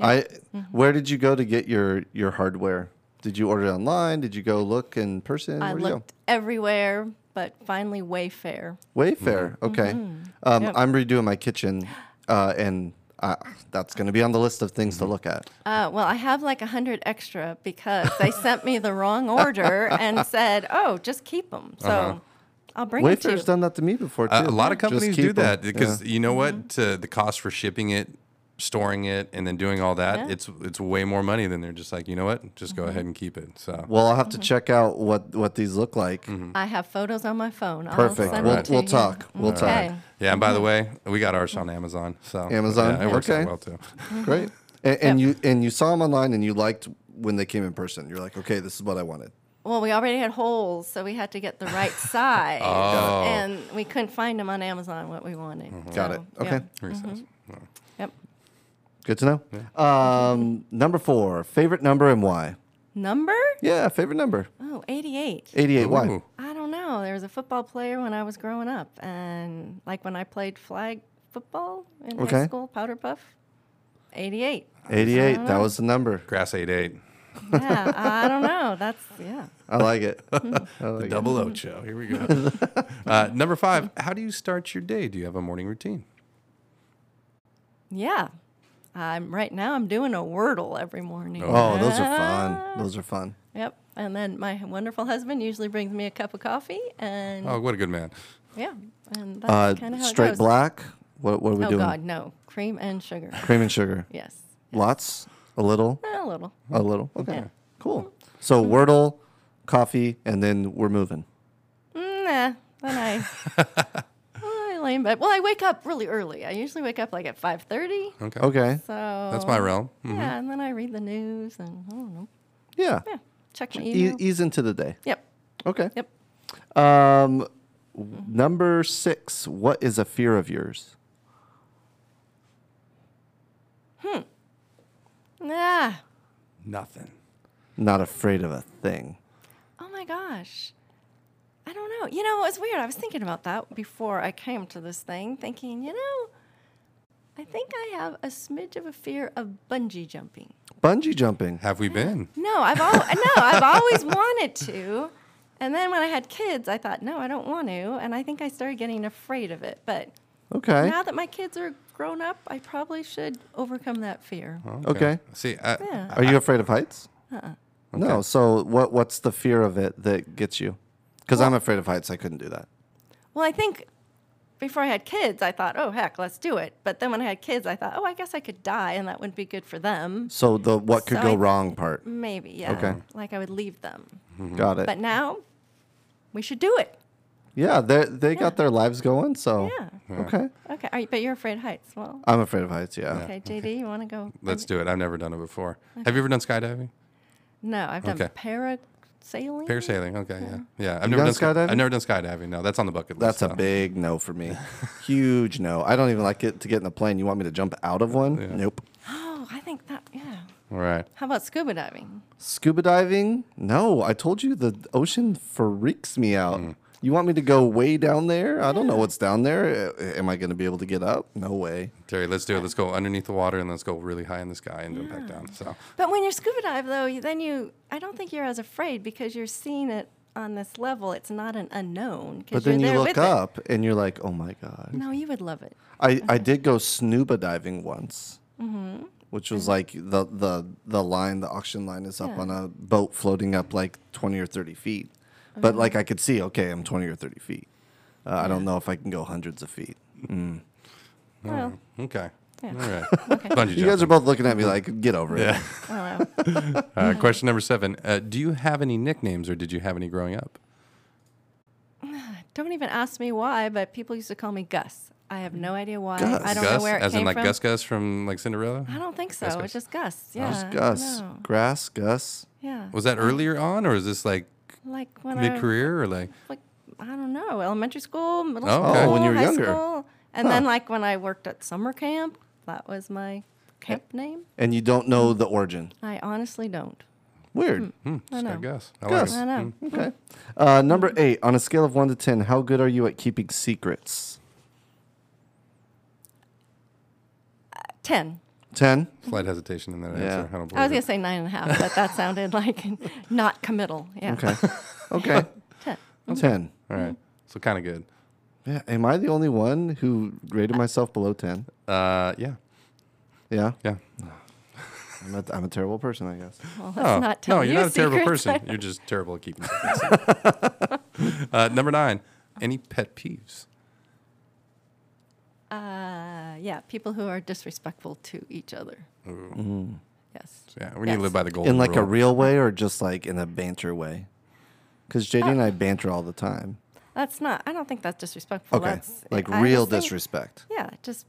S1: I. Where did you go to get your your hardware? Did you order it online? Did you go look in person?
S3: I
S1: Where'd you go?
S3: looked everywhere, but finally Wayfair.
S1: Wayfair.
S2: Mm-hmm.
S1: Okay. Um,
S3: Mm-hmm. Yep.
S1: I'm redoing my kitchen, uh, and uh, that's going to be on the list of
S2: Mm-hmm.
S1: things to look at.
S3: Uh, well, I have like a hundred extra because they sent me the wrong order and said, "Oh, just keep them." So
S1: Uh-huh.
S3: I'll bring them to you.
S1: Wayfair's done that to me before too.
S2: Uh, A- a lot of
S1: Just
S2: companies
S1: keep
S2: do
S1: 'em.
S2: that because
S1: Yeah.
S2: you know what? To the cost for shipping it, storing it, and then doing all that,
S3: Yeah.
S2: it's it's way more money than they're just like, you know what? Just go ahead and keep it. So
S1: Well, I'll have
S3: Mm-hmm.
S1: to check out what what these look like.
S2: Mm-hmm.
S3: I have photos on my phone. I'll
S1: Perfect.
S3: send
S1: We'll,
S3: them to
S1: we'll
S3: you.
S1: talk.
S2: Mm-hmm.
S1: We'll
S3: Okay.
S2: yeah. And by the way, we got ours on Amazon. So
S1: Amazon?
S2: yeah, it works
S1: Okay.
S2: out well too.
S3: Mm-hmm.
S1: talk. Great. And, and you and you saw them online and you liked when they came in person. You're like, okay, this is what I wanted.
S3: Well, we already had holes, so we had to get the right size, and we couldn't find them on Amazon what we wanted.
S1: Oh. Mm-hmm. Got it.
S3: So,
S1: Okay.
S3: yeah.
S2: Makes sense.
S3: Yep.
S1: Good to know. Um, number four, favorite number and why?
S3: Number?
S1: Yeah, favorite number.
S3: Oh, 88.
S1: 88. Why?
S2: Ooh.
S3: I don't know. There was a football player when I was growing up, and like when I played flag football in
S1: Okay.
S3: high school, powder puff, 88.
S1: 88.
S3: Ah.
S1: That was the number.
S2: Grass eight eight.
S3: Yeah, I don't know. That's yeah.
S1: I like it. I like
S2: The
S1: it.
S2: double Ocho. Here we go. uh, number five. How do you start your day? Do you have a morning routine?
S3: Yeah. I'm right now I'm doing a Wordle every morning. Ah.
S1: Oh, those are fun. Those are fun.
S3: Yep. And then my wonderful husband usually brings me a cup of coffee and
S2: Oh, what a good man.
S3: yeah. And that's
S1: Uh,
S3: kind of how it
S1: straight
S3: goes.
S1: black. What, what are we
S3: oh
S1: doing?
S3: god, no. Cream and sugar.
S1: Cream and sugar.
S3: Yes.
S1: Lots. A little.
S3: A little.
S1: A little. Okay.
S3: Yeah. Mm-hmm.
S1: Cool. So Wordle, coffee, and then we're moving.
S3: Nah. Then I Oh, I lay in bed. Well, I wake up really early. I usually wake up like at five thirty.
S2: Okay.
S1: Okay.
S3: So
S2: That's my realm.
S1: Mm-hmm.
S2: Mhm.
S3: Yeah, and then I read the news and I don't know.
S1: Yeah.
S3: Yeah. Check my
S1: E-
S3: email.
S1: ease into the day.
S3: yep.
S1: Okay.
S3: Yep. Mm-hmm.
S1: Um, w- number six. What is a fear of yours?
S3: Nah.
S2: Nothing.
S1: Not afraid of a thing.
S3: Oh my gosh. I don't know. You know, it's weird. I was thinking about that before I came to this thing, thinking, you know, I think I have a smidge of a fear of bungee jumping.
S1: Bungee jumping.
S2: Have we been?
S3: No, I've al- no, I've always wanted to. And then when I had kids, I thought, no, I don't want to. And I think I started getting afraid of it. But
S1: Okay.
S3: now that my kids are grown up, I probably should overcome that fear.
S1: Okay.
S2: See, I,
S3: Yeah.
S1: Are you afraid of heights?
S3: Uh-uh.
S1: No. So what? What's the fear of it that gets you? Because I'm afraid of heights. I couldn't do that.
S3: Well, I think before I had kids, I thought, oh, heck, let's do it. But then when I had kids, I thought, oh, I guess I could die and that wouldn't be good for them.
S1: So the what could
S3: So
S1: go
S3: I-
S1: wrong part.
S3: Maybe, yeah.
S1: Okay.
S3: Mm-hmm.
S1: Uh,
S3: Like I would leave them.
S1: Got it.
S3: But now we should do it.
S1: Yeah, they they got their lives going. So
S3: Yeah.
S1: okay,
S3: Okay. Are you, but you're afraid of heights. Well,
S1: I'm afraid of heights. Yeah.
S3: okay, JD, you want to go?
S2: Let's do it. I've never done it before. Have you ever done skydiving?
S3: Um, No, I've done
S2: Okay.
S3: parasailing.
S2: Parasailing. Okay, yeah, yeah. I've
S1: You done
S2: never done sky-
S1: skydiving?
S2: I've never done skydiving. No, that's on the bucket list.
S1: That's a
S2: though.
S1: big no for me. Huge no. I don't even like it to get in a plane. You want me to jump out of one? Nope.
S3: oh, I think that. Yeah.
S2: All right.
S3: How about scuba diving?
S1: Scuba diving? No. I told you the ocean freaks me out. You want me to go way down there? I don't know what's down there. A- Am I going to be able to get up? No way.
S2: Terry, let's do it. Let's go underneath the water and let's go really high in the sky and jump back down. So
S3: But when you're scuba dive though, you- then you I don't think you're as afraid because you're seeing it on this level. It's not an unknown. 'cause
S1: But then
S3: you're
S1: you
S3: there
S1: look
S3: with
S1: up and you're like, oh my
S3: It.
S1: God.
S3: No, Uh-huh. you would love it.
S1: I, I did go snuba diving once,
S3: Mm-hmm.
S1: which was like the, the, the line, the auction line is up
S3: Yeah.
S1: on a boat floating up like 20 or 30 feet.
S3: Uh-huh.
S1: But like I could see, okay, I'm 20 or 30 feet. Uh, I don't know if I can go hundreds of feet.
S3: Well,
S2: okay.
S3: Yeah.
S2: All right. Bungee
S1: You guys are
S2: jumping.
S1: both looking at me like, get over it.
S2: Yeah.
S3: I don't know.
S2: Uh, question number seven. Uh, do you have any nicknames or did you have any growing up?
S3: don't even ask me why, but people used to call me Gus. I have no idea why.
S1: Gus.
S3: I don't
S2: Gus,
S3: know where it
S2: as
S3: came
S2: in like
S3: from.
S2: Gus Gus from like Cinderella.
S3: I don't think so.
S2: Gus, Gus.
S3: It's just Gus. Yeah.
S1: Just
S3: I don't
S1: Gus,
S3: know.
S1: grass, Gus.
S3: Yeah.
S2: Was that earlier on or is this like
S3: like when I
S2: mid career or like?
S3: like I don't know, elementary school, middle
S2: Oh, okay.
S3: school,
S1: Oh, when you were
S3: high
S1: younger.
S3: school, and then like when I worked at summer camp, that was my camp name.
S1: And you don't
S3: Mm-hmm.
S1: know the origin.
S3: I honestly don't.
S1: Weird.
S3: Mm-hmm.
S2: Hmm, just
S3: know.
S2: got Gus. Hmm. I
S1: Gus.
S3: I
S2: Like it.
S3: know.
S1: Okay. Uh, number
S3: Mm-hmm.
S1: eight, on a scale of one to 10, how good are you at keeping secrets?
S3: Ten.
S1: 10?
S2: Slight hesitation in that
S1: Yeah.
S2: answer. I don't believe
S3: I was
S2: it.
S3: gonna say nine and a half, but that sounded like not committal. Yeah.
S1: Okay. Okay.
S3: Ten.
S1: 10.
S2: All right. So kind of good.
S1: Yeah. Am I the only one who rated myself below 10?
S2: Uh, yeah.
S1: Yeah.
S2: Yeah.
S1: I'm a, I'm a terrible person, I guess.
S3: Well, let's not tell
S2: Oh. no, you're
S3: you
S2: not a terrible
S3: secrets.
S2: person. You're just terrible at keeping secrets. uh, number nine, any pet peeves?
S3: Uh, yeah, people who are disrespectful to each other.
S1: Mm.
S3: Yes.
S2: So, yeah, we need to
S3: Yes.
S2: live by the golden
S1: In like a
S2: rule.
S1: real way or just like in a banter way? Because JD and I banter all the time.
S3: That's not. I don't think that's disrespectful.
S1: Okay.
S3: That's,
S1: Like
S3: I
S1: real
S3: just think-
S1: disrespect.
S3: Yeah, just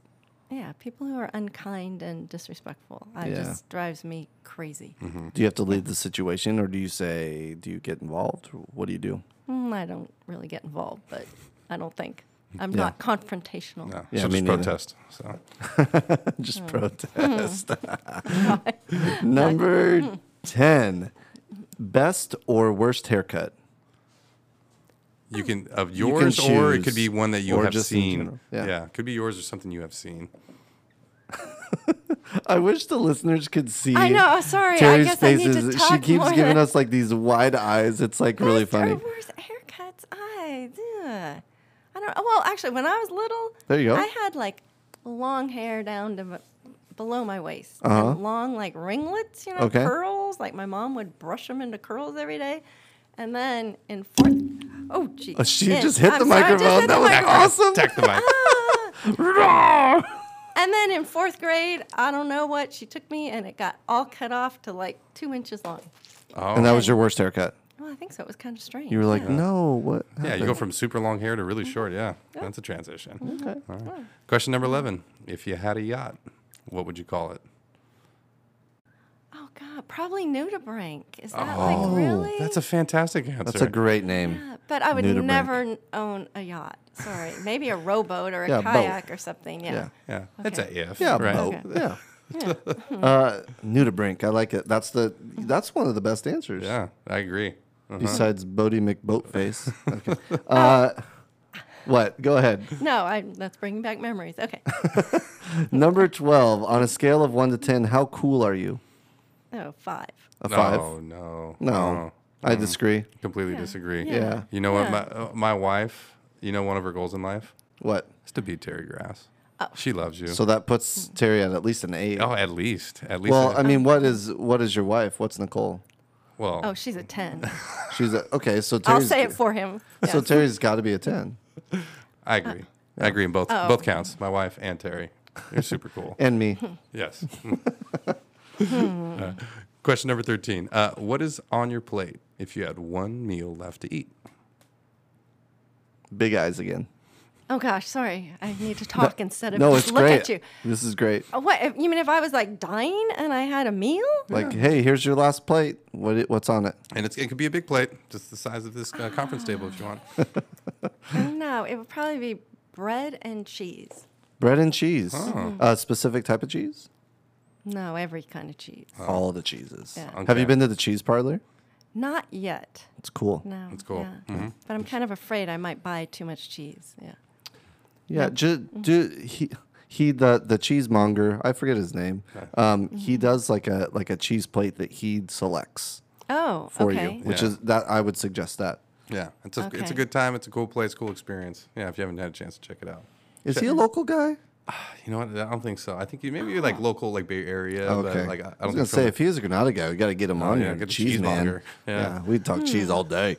S3: yeah, people who are unkind and disrespectful. I
S1: Yeah.
S3: just drives me crazy.
S1: Do you have to lead the situation or do you say, do you get involved? What do you do?
S3: Mm, I don't really get involved, but I don't think I'm
S1: Yeah.
S3: not confrontational.
S2: No,
S1: Yeah,
S2: so
S1: me
S2: just
S1: neither.
S2: protest. So
S1: just
S3: Hmm.
S1: protest. Number 10 best or worst haircut?
S2: you can of yours, or it could be
S1: choose,
S2: one that you
S1: or
S2: have
S1: just in
S2: seen.
S1: general. Yeah.
S2: could be yours or something you have seen.
S1: I wish the listeners could see.
S3: I know, sorry, I
S1: Terry's
S3: guess I need to
S1: faces. She
S3: talk
S1: keeps
S3: more
S1: giving
S3: than-
S1: us like these wide eyes. It's like really
S3: Best or
S1: funny.
S3: worst haircuts. I yeah. I don't. Well, actually, when I was little,
S1: There you go.
S3: I had like long hair down to b- below my waist, and
S1: Uh-huh.
S3: long like ringlets, you know,
S1: Okay.
S3: curls. Like my mom would brush them into curls every day, and then in fourth. Oh, geez.
S1: Uh, she just hit the microphone. that was awesome.
S2: Attack the mic.
S3: And then in fourth grade, I don't know what she took me, and it got all cut off to like two inches long.
S2: Oh,
S1: And that was your worst haircut.
S3: Well, I think so. It was kind of strange.
S1: You were like, no, what?
S2: yeah. You
S1: happened?"
S2: go from super long hair to
S3: Mm-hmm.
S2: really short. Yeah, that's a transition. Okay. Question number eleven: If you had a yacht, what would you call it?
S3: Oh God, probably nudibranch. Is that
S1: Oh,
S3: like really?
S2: That's a fantastic answer.
S1: That's a great name.
S3: Yeah, but I would
S1: nudibranch.
S3: never n- own a yacht. Sorry, maybe a rowboat or a
S1: Yeah, boat.
S3: kayak or something. Yeah.
S2: yeah. That's
S3: Okay.
S2: a if.
S1: Yeah,
S2: right.
S1: boat.
S3: Okay.
S1: Yeah. Uh, Nudabrink. I like it. That's the.
S3: Mm-hmm.
S1: That's one of the best answers.
S2: Yeah, uh-huh. I agree. Uh-huh.
S1: Besides Bodie McBoatface. Okay. Uh, what? Go ahead.
S3: No, I, that's bringing back memories. Okay.
S1: Number twelve on a scale of one to ten. How cool are you?
S3: Oh, five.
S1: A five.
S2: Oh no.
S1: No, I disagree.
S2: Completely disagree.
S3: Yeah.
S1: Yeah.
S2: You know
S3: Yeah.
S2: what? My uh, my wife. You know one of her goals in life
S1: What?
S2: is to beat Terry Grass.
S3: Oh.
S2: She loves you.
S1: So that puts Terry at at least an eight.
S2: oh, at least at least.
S1: well,
S2: it-
S1: I mean, what is what is your wife? What's Nicole?
S2: well.
S3: Oh, she's a ten.
S1: She's a, okay. So
S3: I'll
S1: Terry's,
S3: say it for him.
S1: So
S3: Yes.
S1: Terry's got to be a ten,
S2: I agree. I agree in both
S3: Oh.
S2: both counts. My wife and Terry. They're super cool.
S1: and me.
S3: Hmm.
S2: yes. Uh, question number thirteen. Uh, what is on your plate if you had one meal left to eat?
S1: big eyes again.
S3: Oh gosh, sorry. I need to talk instead of
S1: no,
S3: just
S1: it's
S3: look
S1: great.
S3: at you.
S1: This is great.
S3: Uh, What if- you mean if I was like dying and I had a meal?
S1: Like, hey, here's your last plate. What it, what's on it?
S2: And it's, it could be a big plate, just the size of this uh, conference table if you want.
S3: Oh, no, it would probably be bread and cheese.
S1: Bread and cheese.
S3: Hmm.
S2: Oh.
S1: A specific type of cheese?
S3: No, every kind of cheese.
S1: All the cheeses.
S3: Yeah.
S1: Have you
S2: Oh. Okay.
S1: been to the cheese parlor?
S3: Not yet.
S1: It's cool. Mm-hmm.
S3: No.
S2: That's cool.
S3: yeah. But I'm kind of afraid I might buy too much cheese. Yeah.
S1: Yeah, ju-
S3: Mm-hmm.
S1: do he he the the cheesemonger, I forget his name. Um,
S3: Mm-hmm.
S1: he does like a like a cheese plate that he selects
S3: Oh,
S1: for
S3: okay.
S1: you, which
S2: Yeah.
S1: is that I would suggest that.
S2: Yeah, it's a, it's
S3: Okay.
S2: a good time. It's a cool place, cool experience. Yeah, if you haven't had a chance to check it out.
S1: Is he a local guy?
S2: You know what? I don't think so. I think you maybe you're like local, like Bay Area.
S1: Okay.
S2: But like
S1: I
S2: I, I don't
S1: was
S2: think
S1: gonna
S2: so.
S1: say if he's a Granada guy, we gotta get him on
S2: yeah,
S1: here.
S2: get the
S1: cheese man.
S2: cheesemonger. Yeah.
S1: we'd
S3: Hmm.
S1: talk cheese all day.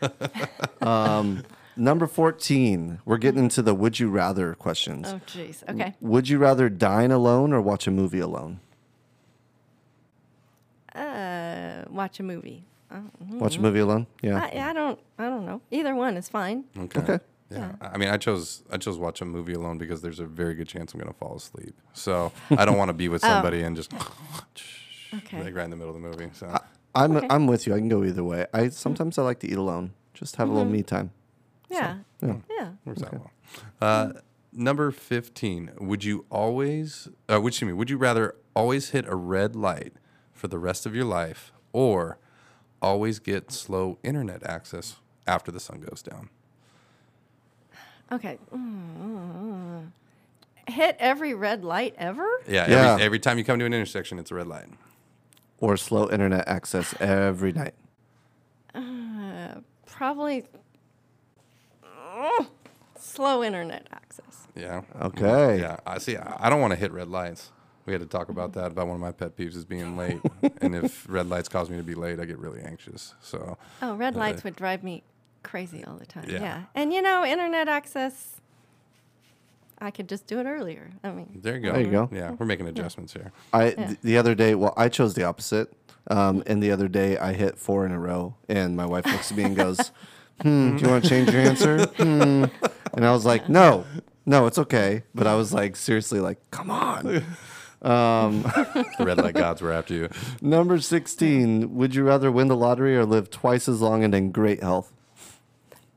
S1: um, number fourteen, we're getting into the would you rather questions.
S3: Oh, jeez. Okay.
S1: Would you rather dine alone or watch a movie alone?
S3: Uh, watch a movie. Uh,
S1: Watch a movie alone? Yeah.
S3: I, I don't. I don't know. Either one is fine.
S2: Okay.
S1: Okay.
S2: Yeah. I I mean, I chose I chose watch a movie alone because there's a very good chance I'm gonna fall asleep. So I don't want to be with somebody and just
S3: Okay.
S2: like right in the middle of the movie. So
S1: I'm I'm with you. I can go either way. I sometimes I like to eat alone, just have a
S3: Mm-hmm.
S1: little me time.
S3: Yeah.
S1: Yeah.
S3: yeah.
S2: works out well. Uh, number fifteen. Would you always? Uh, which excuse me. Would you rather always hit a red light for the rest of your life, or always get slow internet access after the sun goes down?
S3: Okay. Mm-hmm. Hit every red light ever?
S2: Yeah.
S1: Yeah.
S2: Every, every time you come to an intersection, it's a red light.
S1: Or slow internet access every night.
S3: Uh, probably Ugh. slow internet access.
S2: Yeah.
S1: Okay.
S2: Yeah, I see. I I don't want to hit red lights. We had to talk about that. About one of my pet peeves is being late, and if red lights cause me to be late, I get really anxious. So,
S3: Oh,
S1: Uh,
S3: red lights would drive me crazy all the time.
S2: Yeah.
S3: Yeah. And you know, internet access, I could just do it earlier. I mean,
S2: there you go.
S1: There you go.
S2: Yeah, we're making adjustments here.
S1: I th- the other day, well, I chose the opposite. Um, and the other day, I hit four in a row, and my wife looks at me and goes, "Hmm, do you want to change your answer?" Hmm. And I was like, "No, no, it's okay." But I was like, seriously, like, come on.
S2: The red light gods were after you.
S1: Number sixteen. Would you rather win the lottery or live twice as long and in great health?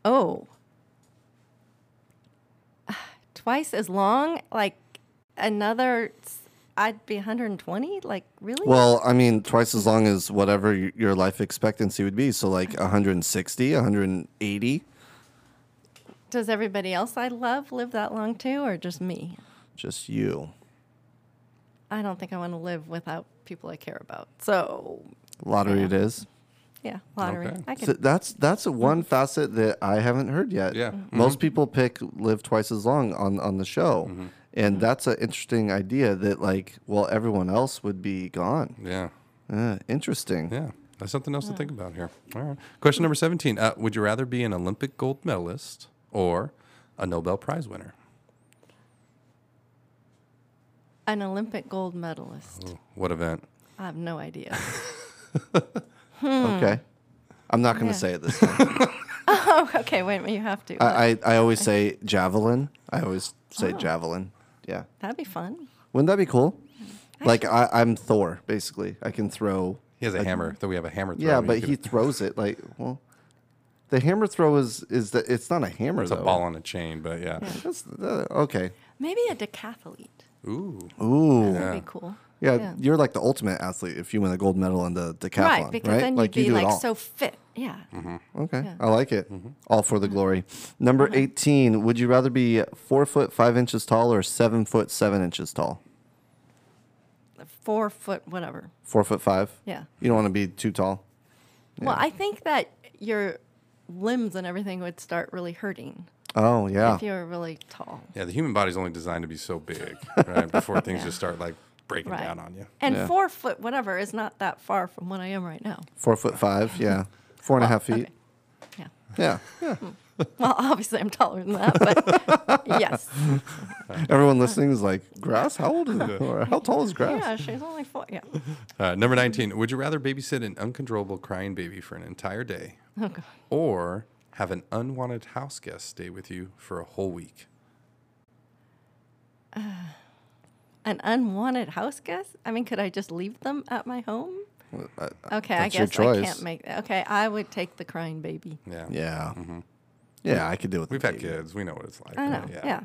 S3: oh. Twice as long, like another, s- I'd be 120? Like, really?
S1: Well, I mean, twice as long as whatever y- your life expectancy would be. So, like 160, 180,
S3: Does everybody else I love live that long too, or just me?
S1: just you.
S3: I don't think I want to live without people I care about. So,
S1: Lottery it is.
S3: yeah, lottery.
S2: Okay.
S3: I Mm-hmm. could.
S1: So that's that's a one facet that I haven't heard yet.
S2: Yeah.
S3: Mm-hmm.
S2: Mhm.
S1: Most people pick live twice as long on on the show.
S2: Mm-hmm.
S1: And
S3: Mm-hmm.
S1: that's an interesting idea that like, well, everyone else would be gone.
S2: Yeah,
S1: Uh, interesting.
S2: yeah. That's something else to think about here. All right. Question number seventeen. Uh, would you rather be an Olympic gold medalist or a Nobel Prize winner?
S3: An Olympic gold medalist.
S1: Oh.
S2: What event?
S3: I have no idea.
S1: Okay. I'm not going to
S3: Hmm. Yeah.
S1: say it this time.
S3: oh, okay. Wait a minute. You have to.
S1: I, I I always say javelin. I always
S3: Oh.
S1: say javelin. Yeah.
S3: That'd be fun.
S1: Wouldn't that be cool? Like I, I'm Thor, basically. I can throw.
S2: He has a hammer. Though we have a hammer. Throw
S1: Yeah,
S2: and
S1: but
S2: you
S1: he
S2: could-
S1: throws it like well. The hammer throw is is that it's not a hammer.
S2: it's a
S1: though.
S2: ball on a chain. But yeah.
S1: That's, that- okay.
S3: Maybe a decathlete.
S2: Ooh.
S1: Oh. Ooh. Yeah.
S3: That'd be cool.
S1: you're like the ultimate athlete if you win a gold medal in the decathlon,
S3: Right, because then you'd
S1: like
S3: be
S1: you do it
S3: like
S1: all. Mm-hmm.
S3: so fit. Yeah. Uh-huh.
S1: okay, I like it.
S2: Mm-hmm.
S1: All for the glory. Number 18. Would you rather be four foot five inches tall or seven foot seven inches tall?
S3: Four foot, whatever.
S1: Four foot five.
S3: Yeah.
S1: You don't want to be too tall.
S3: Well, I think that your limbs and everything would start really hurting
S1: Oh yeah.
S3: if you were really tall.
S2: Yeah, the human body's only designed to be so big, right? Before things
S3: Yeah.
S2: just start like breaking
S3: Right.
S2: down on you.
S3: And
S1: Yeah.
S3: four foot, whatever, is not that far from what I am right now.
S1: Four foot five, yeah. Four and a
S3: Oh,
S1: half feet.
S3: Yeah.
S1: Yeah. yeah.
S3: Well, obviously I'm taller than that, but yes.
S1: Everyone listening is like, grass? How old is it? Or how tall is grass?
S3: Yeah, she's only four. Yeah.
S2: Uh, number 19. Would you rather babysit an uncontrollable crying baby for an entire day
S3: Oh, God.
S2: or have an unwanted house guest stay with you for a whole week.
S3: An unwanted house guest? I mean, could I just leave them at my home?
S1: I-
S3: Okay,
S1: That's
S3: I
S1: your
S3: guess I
S1: choice.
S3: can't make that. Okay, I would take the crying baby.
S2: Yeah.
S1: Yeah. Yeah, I could deal with
S2: Mm-hmm. We've
S1: the
S2: had
S1: baby.
S2: kids. We know what it's
S1: Oh,
S2: like.
S3: I
S2: right?
S3: know.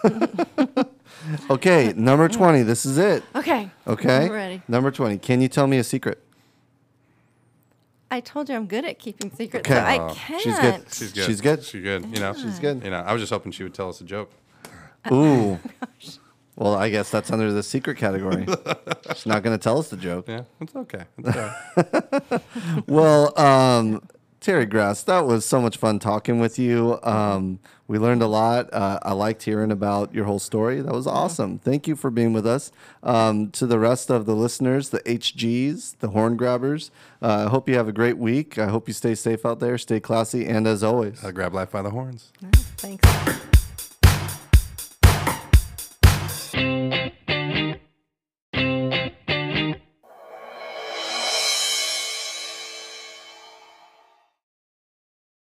S3: Yeah.
S1: Hmm. Okay, number 20. This is it.
S3: Okay.
S1: Okay.
S3: I'm ready.
S1: Number 20. Can you tell me a secret?
S3: I told you I'm good at keeping secrets.
S1: Okay.
S3: So I
S1: Oh,
S3: can't.
S1: she's good.
S2: She's good.
S1: She's good.
S2: She's good. You know, she's
S1: good.
S2: You know, I was just hoping she would tell us a joke.
S3: Oh
S1: Ooh. Well, I guess that's under the secret category. She's not going to tell us the joke.
S2: Yeah, it's okay. It's all right.
S1: Well, um, Terry Grass, that was so much fun talking with you. Um, we learned a lot. Uh, I liked hearing about your whole story. That was awesome. Thank you for being with us. Um, to the rest of the listeners, the HGs, the horn grabbers, uh, I hope you have a great week. I hope you stay safe out there, stay classy, and as always,
S2: Uh, grab life by the horns.
S3: Thanks.